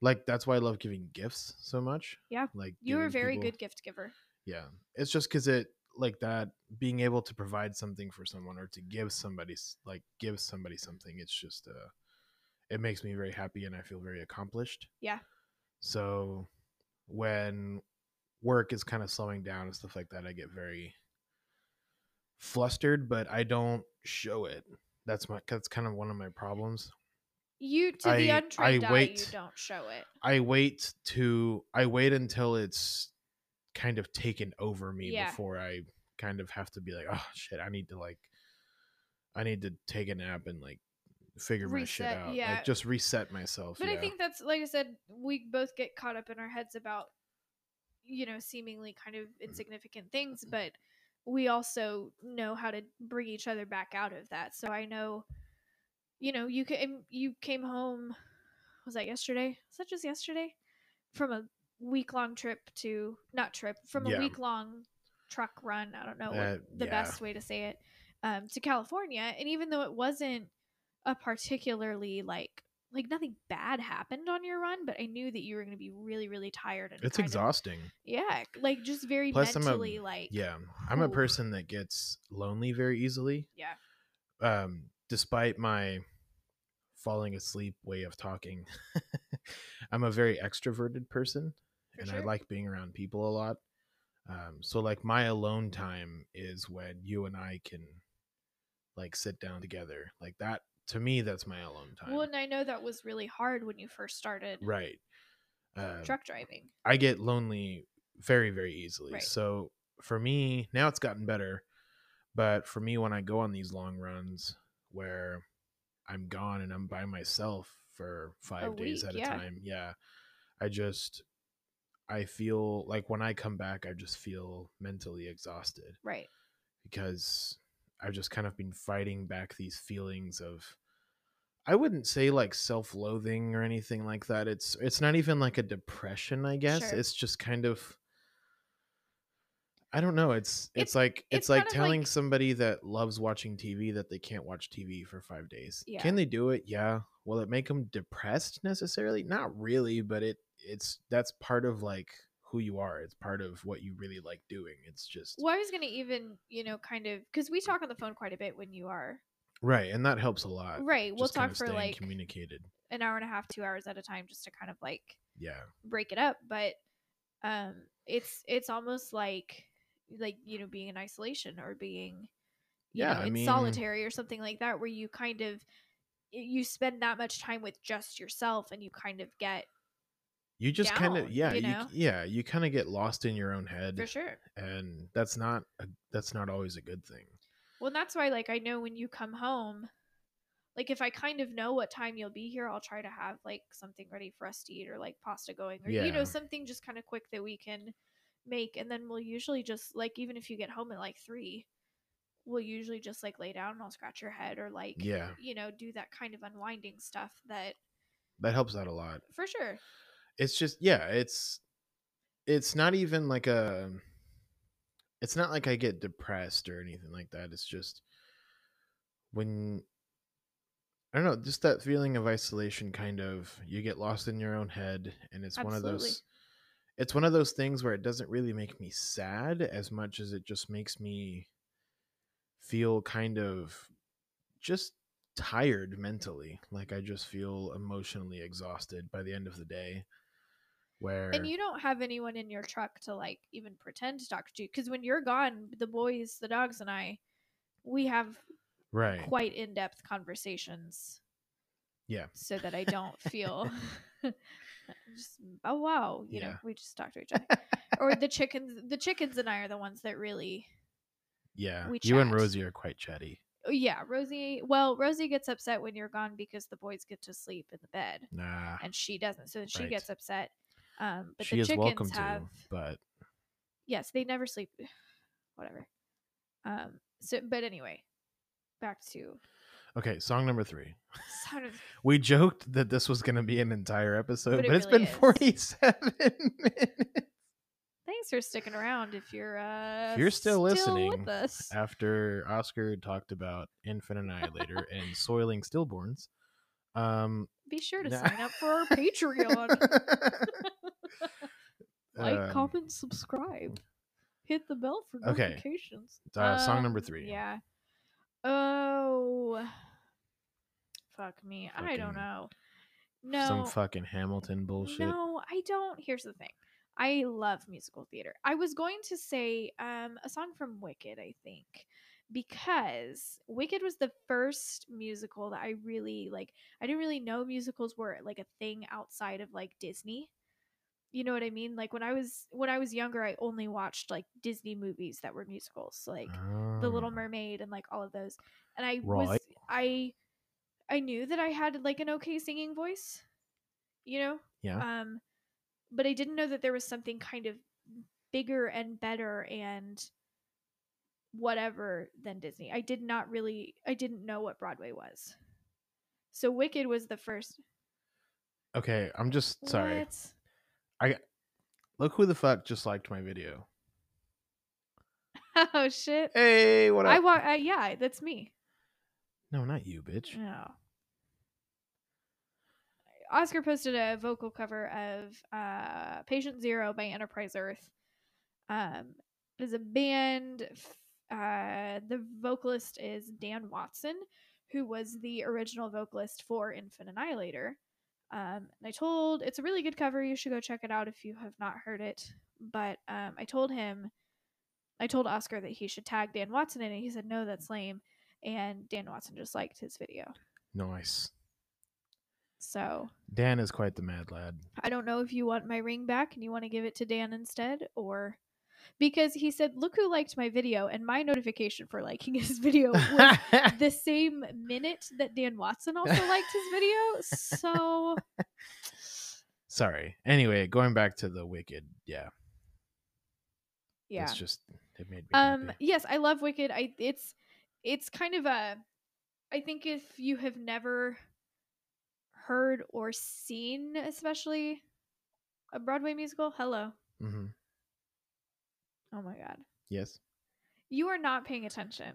Speaker 3: like that's why I love giving gifts so much.
Speaker 1: Yeah.
Speaker 3: Like
Speaker 1: You are a
Speaker 3: giving
Speaker 1: very
Speaker 3: people-
Speaker 1: good gift giver.
Speaker 3: Yeah. It's just cuz it like that being able to provide something for someone or to give somebody s- like give somebody something it's just uh it makes me very happy and I feel very accomplished.
Speaker 1: Yeah.
Speaker 3: So when work is kind of slowing down and stuff like that, I get very flustered, but I don't show it. That's my that's kind of one of my problems.
Speaker 1: You to the
Speaker 3: I-
Speaker 1: untrained
Speaker 3: I
Speaker 1: eye,
Speaker 3: wait-
Speaker 1: you don't show it.
Speaker 3: I wait to I wait until it's kind of taken over me
Speaker 1: Yeah.
Speaker 3: before I kind of have to be like, oh shit, I need to like I need to take a nap and like figure my
Speaker 1: Reset,
Speaker 3: shit out.
Speaker 1: yeah.
Speaker 3: Like just reset myself.
Speaker 1: But
Speaker 3: yeah.
Speaker 1: I think that's like I said, we both get caught up in our heads about you know seemingly kind of insignificant things,
Speaker 3: Mm-hmm.
Speaker 1: but we also know how to bring each other back out of that. So I know, you know, you came you came home was that yesterday? Was that just yesterday? From a week long trip to not trip from a
Speaker 3: Yeah.
Speaker 1: week long truck run. I don't know what
Speaker 3: Uh,
Speaker 1: the
Speaker 3: yeah.
Speaker 1: best way to say it um, to California, and even though it wasn't a particularly like like nothing bad happened on your run, but I knew that you were going to be really really tired and
Speaker 3: it's
Speaker 1: kind of-
Speaker 3: exhausting.
Speaker 1: yeah, like just very
Speaker 3: Plus, I'm a-
Speaker 1: mentally like
Speaker 3: yeah. I'm a
Speaker 1: whew.
Speaker 3: person that gets lonely very easily.
Speaker 1: Yeah.
Speaker 3: Um, despite my falling asleep way of talking, I'm a very extroverted person
Speaker 1: For
Speaker 3: and I
Speaker 1: sure.
Speaker 3: like being around people a lot. Um, so like my alone time is when you and I can like sit down together. Like that to me, that's my alone time.
Speaker 1: Well, and I know that was really hard when you first started
Speaker 3: right. Um,
Speaker 1: truck driving.
Speaker 3: I get lonely very, very easily.
Speaker 1: Right.
Speaker 3: So for me, now it's gotten better. But for me, when I go on these long runs where I'm gone and I'm by myself for five days
Speaker 1: week,
Speaker 3: at
Speaker 1: yeah.
Speaker 3: a time, yeah, I just, I feel like when I come back, I just feel mentally exhausted
Speaker 1: Right.
Speaker 3: because I've just kind of been fighting back these feelings of I wouldn't say like self-loathing or anything like that. It's it's not even like a depression, I guess.
Speaker 1: Sure.
Speaker 3: It's just kind of I don't know. It's
Speaker 1: It's-
Speaker 3: it's, like it's,
Speaker 1: it's
Speaker 3: like
Speaker 1: kind of
Speaker 3: telling
Speaker 1: like-
Speaker 3: somebody that loves watching TV that they can't watch TV for 5 days.
Speaker 1: Yeah.
Speaker 3: Can they do it? Yeah. Will it make them depressed necessarily? Not really, but it it's that's part of like who you are. It's part of what you really like doing. It's just
Speaker 1: Well, I was going to even, you know, kind of because we talk on the phone quite a bit when you are
Speaker 3: Right, and that helps a lot.
Speaker 1: right. We'll
Speaker 3: Just kind
Speaker 1: talk
Speaker 3: of
Speaker 1: for
Speaker 3: staying
Speaker 1: like
Speaker 3: communicated.
Speaker 1: an hour and a half, two hours at a time, just to kind of like
Speaker 3: Yeah,
Speaker 1: break it up. But um, it's it's almost like like you know being in isolation or being you
Speaker 3: Yeah,
Speaker 1: know,
Speaker 3: I
Speaker 1: in
Speaker 3: mean-
Speaker 1: solitary or something like that, where you kind of you spend that much time with just yourself, and you kind of get
Speaker 3: you just kind
Speaker 1: down,
Speaker 3: of yeah
Speaker 1: you
Speaker 3: you,
Speaker 1: know?
Speaker 3: yeah you kind of get lost in your own head,
Speaker 1: for sure.
Speaker 3: and that's not a, that's not always a good thing.
Speaker 1: Well, that's why, like, I know when you come home, like, if I kind of know what time you'll be here, I'll try to have like something ready for us to eat or like pasta going or, you know,
Speaker 3: Yeah.
Speaker 1: something just kind of quick that we can make. And then we'll usually just, like, even if you get home at like three, we'll usually just like lay down and I'll scratch your head or like,
Speaker 3: Yeah.
Speaker 1: you know, do that kind of unwinding stuff that
Speaker 3: That helps out a lot.
Speaker 1: for sure.
Speaker 3: It's just yeah, it's it's not even like a it's not like I get depressed or anything like that. It's just when I don't know, just that feeling of isolation kind of you get lost in your own head and it's one of
Speaker 1: Absolutely.
Speaker 3: those it's one of those things where it doesn't really make me sad as much as it just makes me feel kind of just tired mentally. Like I just feel emotionally exhausted by the end of the day. Where
Speaker 1: And you don't have anyone in your truck to like even pretend to talk to you because when you're gone, the boys, the dogs, and I, we have
Speaker 3: right.
Speaker 1: quite in-depth conversations
Speaker 3: Yeah.
Speaker 1: so that i don't feel just oh wow you know
Speaker 3: Yeah.
Speaker 1: we just talk to each other or the chickens the chickens and i are the ones that really
Speaker 3: Yeah,
Speaker 1: we
Speaker 3: you and
Speaker 1: chat.
Speaker 3: Rosie are quite chatty.
Speaker 1: oh, yeah rosie well rosie gets upset when you're gone because the boys get to sleep in the bed
Speaker 3: Nah,
Speaker 1: and she doesn't so she
Speaker 3: Ah, Right.
Speaker 1: gets upset um but
Speaker 3: she
Speaker 1: the
Speaker 3: is
Speaker 1: chickens
Speaker 3: welcome
Speaker 1: have
Speaker 3: to, but
Speaker 1: yes they never sleep whatever um so but anyway back to
Speaker 3: okay. Song number three.
Speaker 1: sound of
Speaker 3: We joked that this was going to be an entire episode,
Speaker 1: But
Speaker 3: but,
Speaker 1: it
Speaker 3: it has
Speaker 1: really
Speaker 3: been
Speaker 1: is.
Speaker 3: forty-seven minutes
Speaker 1: Thanks for sticking around. If you're uh,
Speaker 3: If you're still
Speaker 1: with
Speaker 3: listening, uh,
Speaker 1: us,
Speaker 3: after Oscar talked about Infant Annihilator and soiling stillborns. Um,
Speaker 1: be sure to
Speaker 3: Nah.
Speaker 1: sign up for our Patreon. like,
Speaker 3: um,
Speaker 1: comment, subscribe, hit the bell for
Speaker 3: Okay.
Speaker 1: notifications.
Speaker 3: Uh, song number
Speaker 1: Um,
Speaker 3: three.
Speaker 1: Yeah. Oh, fuck me. I don't
Speaker 3: Fucking-
Speaker 1: know. No,
Speaker 3: some fucking Hamilton bullshit.
Speaker 1: no, I don't. Here's the thing. I love musical theater. I was going to say um, a song from Wicked, I think, because Wicked was the first musical that I really like. I didn't really know musicals were like a thing outside of like Disney. You know what I mean? Like when I was when I was younger, I only watched like Disney movies that were musicals, like The Little
Speaker 3: Oh,
Speaker 1: Mermaid and like all of those. And I was
Speaker 3: Right.
Speaker 1: I I knew that I had like an okay singing voice. You know,
Speaker 3: Yeah,
Speaker 1: um, but I didn't know that there was something kind of bigger and better and whatever than Disney. I did not really, I didn't know what Broadway was. So Wicked was the first.
Speaker 3: okay. I'm just sorry.
Speaker 1: What?
Speaker 3: Look who the fuck just liked my video.
Speaker 1: Oh shit!
Speaker 3: Hey, what up?
Speaker 1: I wa- uh, yeah, that's me.
Speaker 3: no, not you, bitch.
Speaker 1: No. Oscar posted a vocal cover of uh, "Patient Zero by Enterprise Earth. Um, it is a band. f- Uh, the vocalist is Dan Watson, who was the original vocalist for Infant Annihilator. Um, and I told it's a really good cover. You should go check it out if you have not heard it. but um, I told him, I told Oscar that he should tag Dan Watson in it. He said, no, that's lame. And Dan Watson just liked his video.
Speaker 3: Nice.
Speaker 1: So
Speaker 3: Dan is quite the mad lad.
Speaker 1: I don't know if you want my ring back and you want to give it to Dan instead or. Because he said, look who liked my video. And my notification for liking his video was the same minute that Dan Watson also liked his video. So
Speaker 3: Sorry. Anyway, going back to the Wicked, yeah,
Speaker 1: yeah.
Speaker 3: it's just it made me.
Speaker 1: Um
Speaker 3: happy.
Speaker 1: yes, I love Wicked. I it's it's kind of a I think if you have never heard or seen especially a Broadway musical, hello.
Speaker 3: Mhm.
Speaker 1: Oh my god.
Speaker 3: Yes.
Speaker 1: You are not paying attention.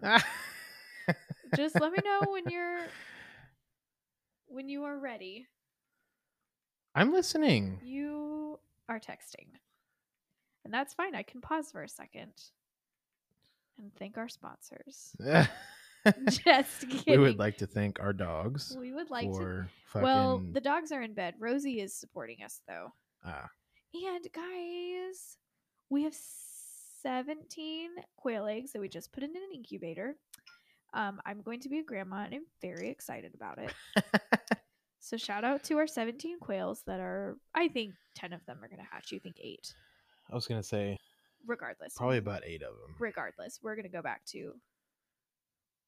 Speaker 1: Just let me know when you're when you are ready.
Speaker 3: I'm listening.
Speaker 1: You are texting. And that's fine. I can pause for a second and thank our sponsors. Just kidding.
Speaker 3: we would like to thank our dogs
Speaker 1: We would like to.
Speaker 3: for fucking.
Speaker 1: Well, the dogs are in bed. Rosie is supporting us though.
Speaker 3: ah,
Speaker 1: And guys, we have 17 quail eggs that we just put in an incubator. Um, I'm going to be a grandma and I'm very excited about it. so shout out to our 17 quails that are I think 10 of them are going to hatch. You think 8.
Speaker 3: I was gonna say
Speaker 1: Regardless.
Speaker 3: probably about eight of them.
Speaker 1: regardless, we're gonna go back to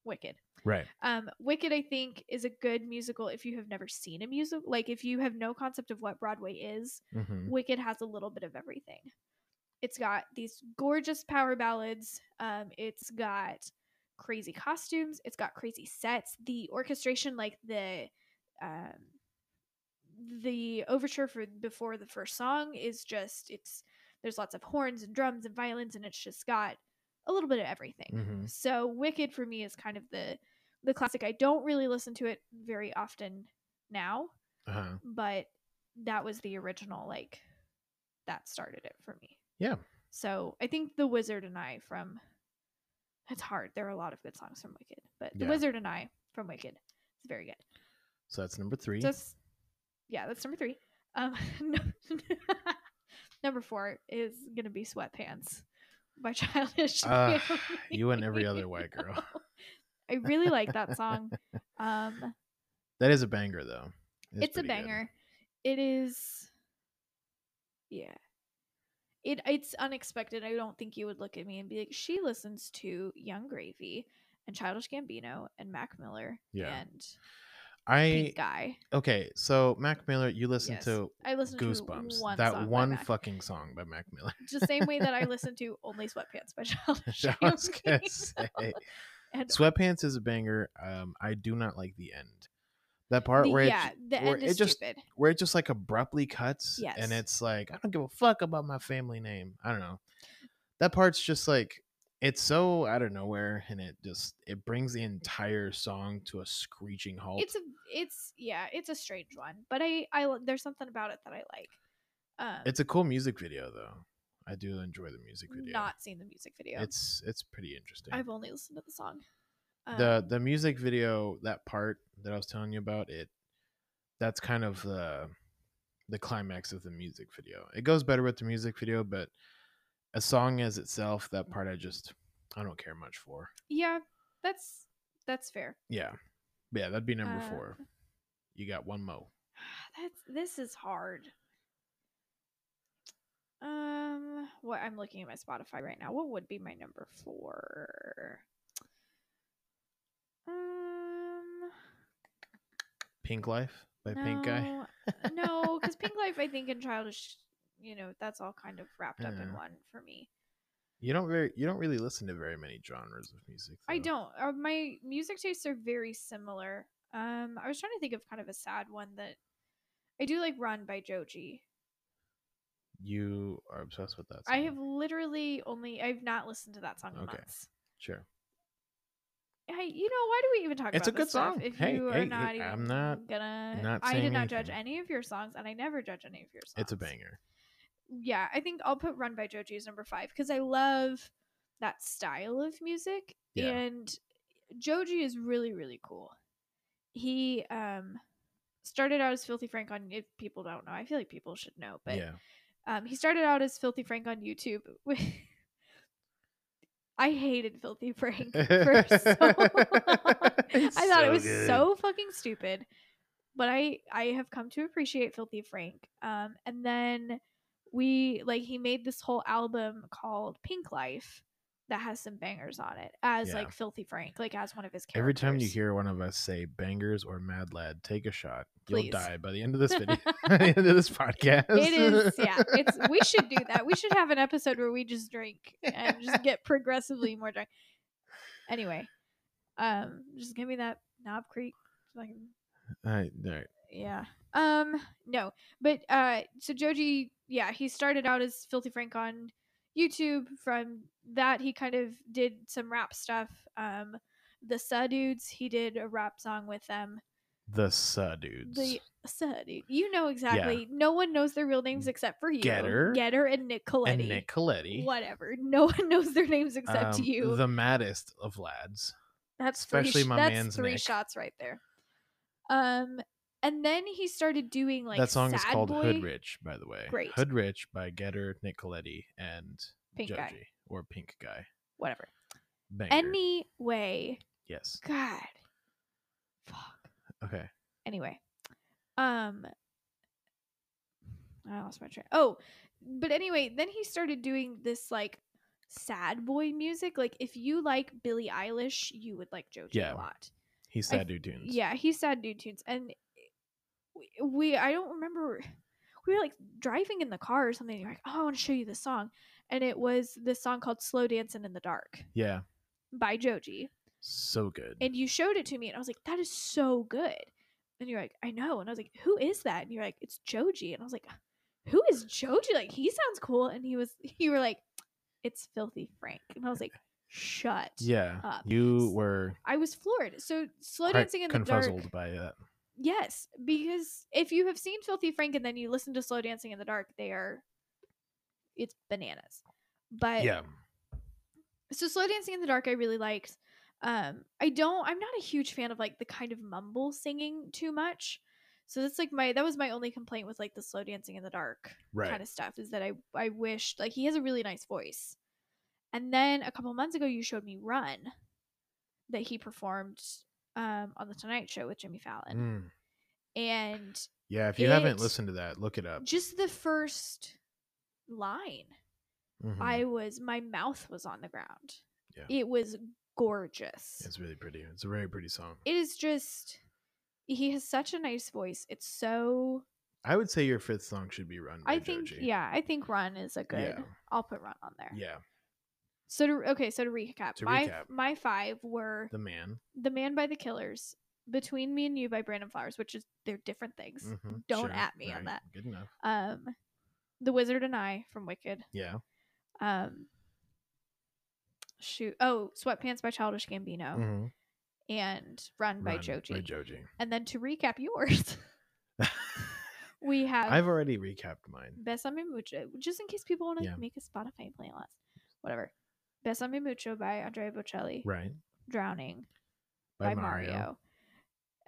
Speaker 1: Wicked.
Speaker 3: Right.
Speaker 1: Um, Wicked, I think, is a good musical if you have never seen a musical. Like if you have no concept of what Broadway is,
Speaker 3: hmm
Speaker 1: Wicked has a little bit of everything. It's got these gorgeous power ballads. Um, it's got crazy costumes. It's got crazy sets. The orchestration, like the um, the overture for before the first song, is just it's there's lots of horns and drums and violins, and it's just got a little bit of everything.
Speaker 3: hmm
Speaker 1: So Wicked for me is kind of the the classic. I don't really listen to it very often now
Speaker 3: Uh-huh.
Speaker 1: but that was the original like that started it for me
Speaker 3: Yeah.
Speaker 1: so i think the wizard and i from it's hard there are a lot of good songs from wicked but the
Speaker 3: Yeah.
Speaker 1: wizard and i from wicked is very good
Speaker 3: So that's number three.
Speaker 1: just yeah that's number three um no- number four is gonna be sweatpants by childish
Speaker 3: Ah,
Speaker 1: Gambino.
Speaker 3: you and every other white girl.
Speaker 1: i really like that song um
Speaker 3: That is a banger though.
Speaker 1: it's a
Speaker 3: pretty good.
Speaker 1: banger. It is. Yeah. It it's unexpected. I don't think you would look at me and be like, she listens to Young Gravy and Childish Gambino and Mac Miller
Speaker 3: Yeah.
Speaker 1: and
Speaker 3: I
Speaker 1: Pink Guy.
Speaker 3: okay. So Mac Miller, you listen
Speaker 1: Yes.
Speaker 3: to
Speaker 1: I listen
Speaker 3: Goosebumps.
Speaker 1: to one
Speaker 3: that
Speaker 1: song by
Speaker 3: one
Speaker 1: Mac.
Speaker 3: fucking song by Mac Miller.
Speaker 1: Just same way that I listen to only Sweatpants by Childish
Speaker 3: I was gonna
Speaker 1: Gambino.
Speaker 3: say.
Speaker 1: and
Speaker 3: Sweatpants is a banger. Um, I do not like the end. That part
Speaker 1: the-
Speaker 3: where
Speaker 1: yeah,
Speaker 3: it's,
Speaker 1: the
Speaker 3: where
Speaker 1: end is
Speaker 3: it just-
Speaker 1: stupid.
Speaker 3: where it just like abruptly cuts,
Speaker 1: Yes.
Speaker 3: and it's like I don't give a fuck about my family name. I don't know. That part's just like it's so out of nowhere, and it just it brings the entire song to a screeching halt.
Speaker 1: It's a it's yeah, it's a strange one, but I I there's something about it that I like. Um,
Speaker 3: It's a cool music video though. I do enjoy the music video.
Speaker 1: not seen the music video.
Speaker 3: It's it's pretty interesting.
Speaker 1: I've only listened to the song. Um,
Speaker 3: the the music video that part that I was telling you about it that's kind of the the climax of the music video. It goes better with the music video, but a song as itself that part I just I don't care much for.
Speaker 1: yeah, that's that's fair.
Speaker 3: Yeah. But yeah, that'd be number
Speaker 1: Uh,
Speaker 3: 4. You got one mo.
Speaker 1: That's this is hard. Um, what I'm looking at my Spotify right now. What would be my number four? Um,
Speaker 3: Pink Life by Pink Guy.
Speaker 1: no, no, because Pink Life, I think, and Childish, you know, that's all kind of wrapped up in
Speaker 3: Yeah.
Speaker 1: one for me.
Speaker 3: You don't very you don't really listen to very many genres of music.
Speaker 1: I
Speaker 3: though.
Speaker 1: don't. Uh, my music tastes are very similar. Um, I was trying to think of kind of a sad one that I do like Run by Joji.
Speaker 3: You are obsessed with that. Song.
Speaker 1: I have literally only I've not listened to that song in
Speaker 3: Okay.
Speaker 1: months.
Speaker 3: sure.
Speaker 1: I, you know, why do we even talk
Speaker 3: It's a
Speaker 1: about this
Speaker 3: good
Speaker 1: stuff
Speaker 3: song.
Speaker 1: If
Speaker 3: Hey,
Speaker 1: you are
Speaker 3: hey, hey,
Speaker 1: not even
Speaker 3: I'm not-
Speaker 1: gonna,
Speaker 3: not
Speaker 1: I did
Speaker 3: saying
Speaker 1: not judge
Speaker 3: anything.
Speaker 1: any of your songs, and I never judge any of your songs.
Speaker 3: It's a banger.
Speaker 1: yeah, I think I'll put Run by Joji as number five because I love that style of music.
Speaker 3: Yeah.
Speaker 1: And Joji is really, really cool. He um started out as Filthy Frank on if people don't know, I feel like people should know, but
Speaker 3: yeah.
Speaker 1: Um, he started out as Filthy Frank on YouTube. I hated Filthy Frank for so long. I thought
Speaker 3: So
Speaker 1: it was
Speaker 3: good.
Speaker 1: so fucking stupid. But I I have come to appreciate Filthy Frank. Um and then we like he made this whole album called Pink Life that has some bangers on it as
Speaker 3: Yeah.
Speaker 1: like Filthy Frank, like as one of his characters.
Speaker 3: Every time you hear one of us say bangers or mad lad, take a shot.
Speaker 1: Please.
Speaker 3: You'll die by the end of this video, by the end of this podcast.
Speaker 1: it is yeah, it's we should do that. We should have an episode where we just drink and just get progressively more drunk. Anyway, um just give me that knob creek so I can
Speaker 3: All right, all right.
Speaker 1: Yeah. Um. No. But uh. So Joji, yeah, he started out as Filthy Frank on YouTube. From that, he kind of did some rap stuff. Um, the Sa Dudes, he did a rap song with them.
Speaker 3: The Sa dudes.
Speaker 1: The Sa Dude, you know exactly. No one knows their real names except for you.
Speaker 3: Getter.
Speaker 1: Getter, and Nick Coletti.
Speaker 3: and Nick Coletti.
Speaker 1: Whatever. No one knows their names except
Speaker 3: um,
Speaker 1: you.
Speaker 3: The maddest of lads.
Speaker 1: That's
Speaker 3: Especially
Speaker 1: three, sh-
Speaker 3: my
Speaker 1: that's
Speaker 3: man's
Speaker 1: three
Speaker 3: Nick.
Speaker 1: shots right there. Um, and then he started doing like
Speaker 3: that song is
Speaker 1: Sad
Speaker 3: called
Speaker 1: Boy,
Speaker 3: Hood Rich, by the way.
Speaker 1: Great.
Speaker 3: Hood Rich by Getter, Nick Coletti, and
Speaker 1: Pink
Speaker 3: Joji.
Speaker 1: Guy,
Speaker 3: Or Pink Guy.
Speaker 1: whatever.
Speaker 3: Banger.
Speaker 1: Anyway,
Speaker 3: Yes.
Speaker 1: God, fuck.
Speaker 3: Okay.
Speaker 1: Anyway, um, I lost my train. Oh, but anyway, then he started doing this like sad boy music. Like if you like Billie Eilish, you would like Joji
Speaker 3: Yeah.
Speaker 1: a lot.
Speaker 3: He's
Speaker 1: I
Speaker 3: sad dude tunes.
Speaker 1: Yeah, he's sad dude tunes, and we, we I don't remember. We were like driving in the car or something. You're like, oh, I want to show you this song, and it was this song called "Slow Dancing in the Dark"
Speaker 3: Yeah.
Speaker 1: by Joji.
Speaker 3: So good.
Speaker 1: and you showed it to me and i was like that is so good and you're like i know and i was like who is that and you're like it's joji and i was like who is joji like he sounds cool and he was you were like it's filthy frank and i was like shut
Speaker 3: yeah.
Speaker 1: up.
Speaker 3: You were
Speaker 1: i was floored so slow
Speaker 3: quite
Speaker 1: dancing in the dark
Speaker 3: confuzzled by that.
Speaker 1: yes because if you have seen filthy frank and then you listen to slow dancing in the dark they are it's bananas but
Speaker 3: yeah.
Speaker 1: so slow dancing in the dark i really liked um i don't i'm not a huge fan of like the kind of mumble singing too much so that's like my that was my only complaint with like the slow dancing in the dark
Speaker 3: Right.
Speaker 1: kind of stuff is that i i wished like he has a really nice voice and then a couple months ago you showed me run that he performed um on the tonight show with jimmy fallon
Speaker 3: Mm.
Speaker 1: and
Speaker 3: Yeah. If you haven't
Speaker 1: It-
Speaker 3: listened to that, look it up.
Speaker 1: just the first line
Speaker 3: Mhm.
Speaker 1: i was my mouth was on the ground
Speaker 3: Yeah.
Speaker 1: it was gorgeous
Speaker 3: It's really pretty. It's a very pretty song.
Speaker 1: it is just he has such a nice voice. It's so
Speaker 3: I would say your fifth song should be Run. By
Speaker 1: I think
Speaker 3: Joji.
Speaker 1: yeah, I think Run is a good.
Speaker 3: Yeah.
Speaker 1: I'll put Run on there.
Speaker 3: Yeah.
Speaker 1: So to okay, so to recap,
Speaker 3: To
Speaker 1: my
Speaker 3: recap.
Speaker 1: my five were
Speaker 3: The man.
Speaker 1: The Man by the Killers, Between Me and You by Brandon Flowers, which is they're different things.
Speaker 3: Mhm.
Speaker 1: Don't at me on that.
Speaker 3: Good enough.
Speaker 1: Um, The Wizard and I from Wicked.
Speaker 3: Yeah.
Speaker 1: Um, shoot, oh Sweatpants by Childish Gambino
Speaker 3: Mhm.
Speaker 1: and Run by
Speaker 3: Run
Speaker 1: Joji.
Speaker 3: By Joji.
Speaker 1: and then to recap yours, we have
Speaker 3: I've already recapped mine.
Speaker 1: Besame Mucho, just in case people want to
Speaker 3: Yeah.
Speaker 1: make a Spotify playlist, whatever. Besame Mucho by Andrea Bocelli,
Speaker 3: Right.
Speaker 1: Drowning by, Mario,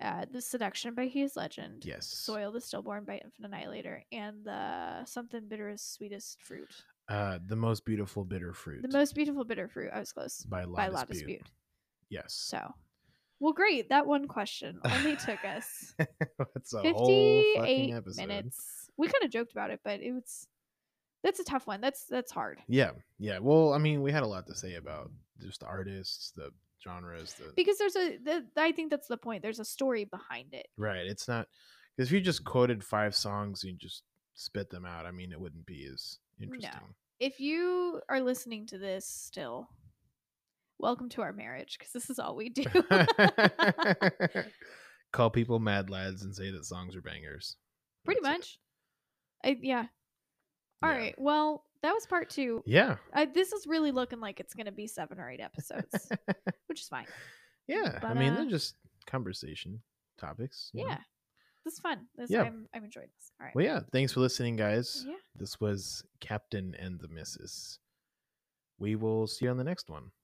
Speaker 1: Uh, The Seduction by He Is Legend,
Speaker 3: Yes.
Speaker 1: Soil the Stillborn by Infant Annihilator, and the Something Bitter is Sweetest Fruit.
Speaker 3: Uh, the most beautiful bitter fruit.
Speaker 1: The Most Beautiful Bitter Fruit. I was close.
Speaker 3: by
Speaker 1: by
Speaker 3: Lotus,
Speaker 1: Lot
Speaker 3: Butte.
Speaker 1: Dispute.
Speaker 3: Yes.
Speaker 1: So, well, great. That one question only took us
Speaker 3: That's a whole fucking
Speaker 1: 58
Speaker 3: episode.
Speaker 1: minutes. We kind of joked about it, but it was. That's a tough one. That's that's hard.
Speaker 3: Yeah. Yeah. Well, I mean, we had a lot to say about just the artists, the genres, the
Speaker 1: because there's a the, i think that's the point there's a story behind it
Speaker 3: Right. It's not because if you just quoted five songs and just spit them out, I mean, it wouldn't be as interesting.
Speaker 1: if you are listening to this still welcome to our marriage because this is all we do
Speaker 3: Call people mad lads and say that songs are bangers.
Speaker 1: pretty
Speaker 3: That's it.
Speaker 1: much I, yeah All right.
Speaker 3: Yeah.
Speaker 1: well that was part two
Speaker 3: Yeah.
Speaker 1: I, this is really looking like it's gonna be seven or eight episodes which is fine
Speaker 3: Yeah. I
Speaker 1: But,
Speaker 3: mean,
Speaker 1: uh,
Speaker 3: they're just conversation topics. you know?
Speaker 1: yeah this is fun this
Speaker 3: Yeah.
Speaker 1: I'm, I'm enjoying this all right
Speaker 3: Well, yeah. Thanks for listening, guys.
Speaker 1: yeah
Speaker 3: This was Captain and the Missus. We will see you on the next one.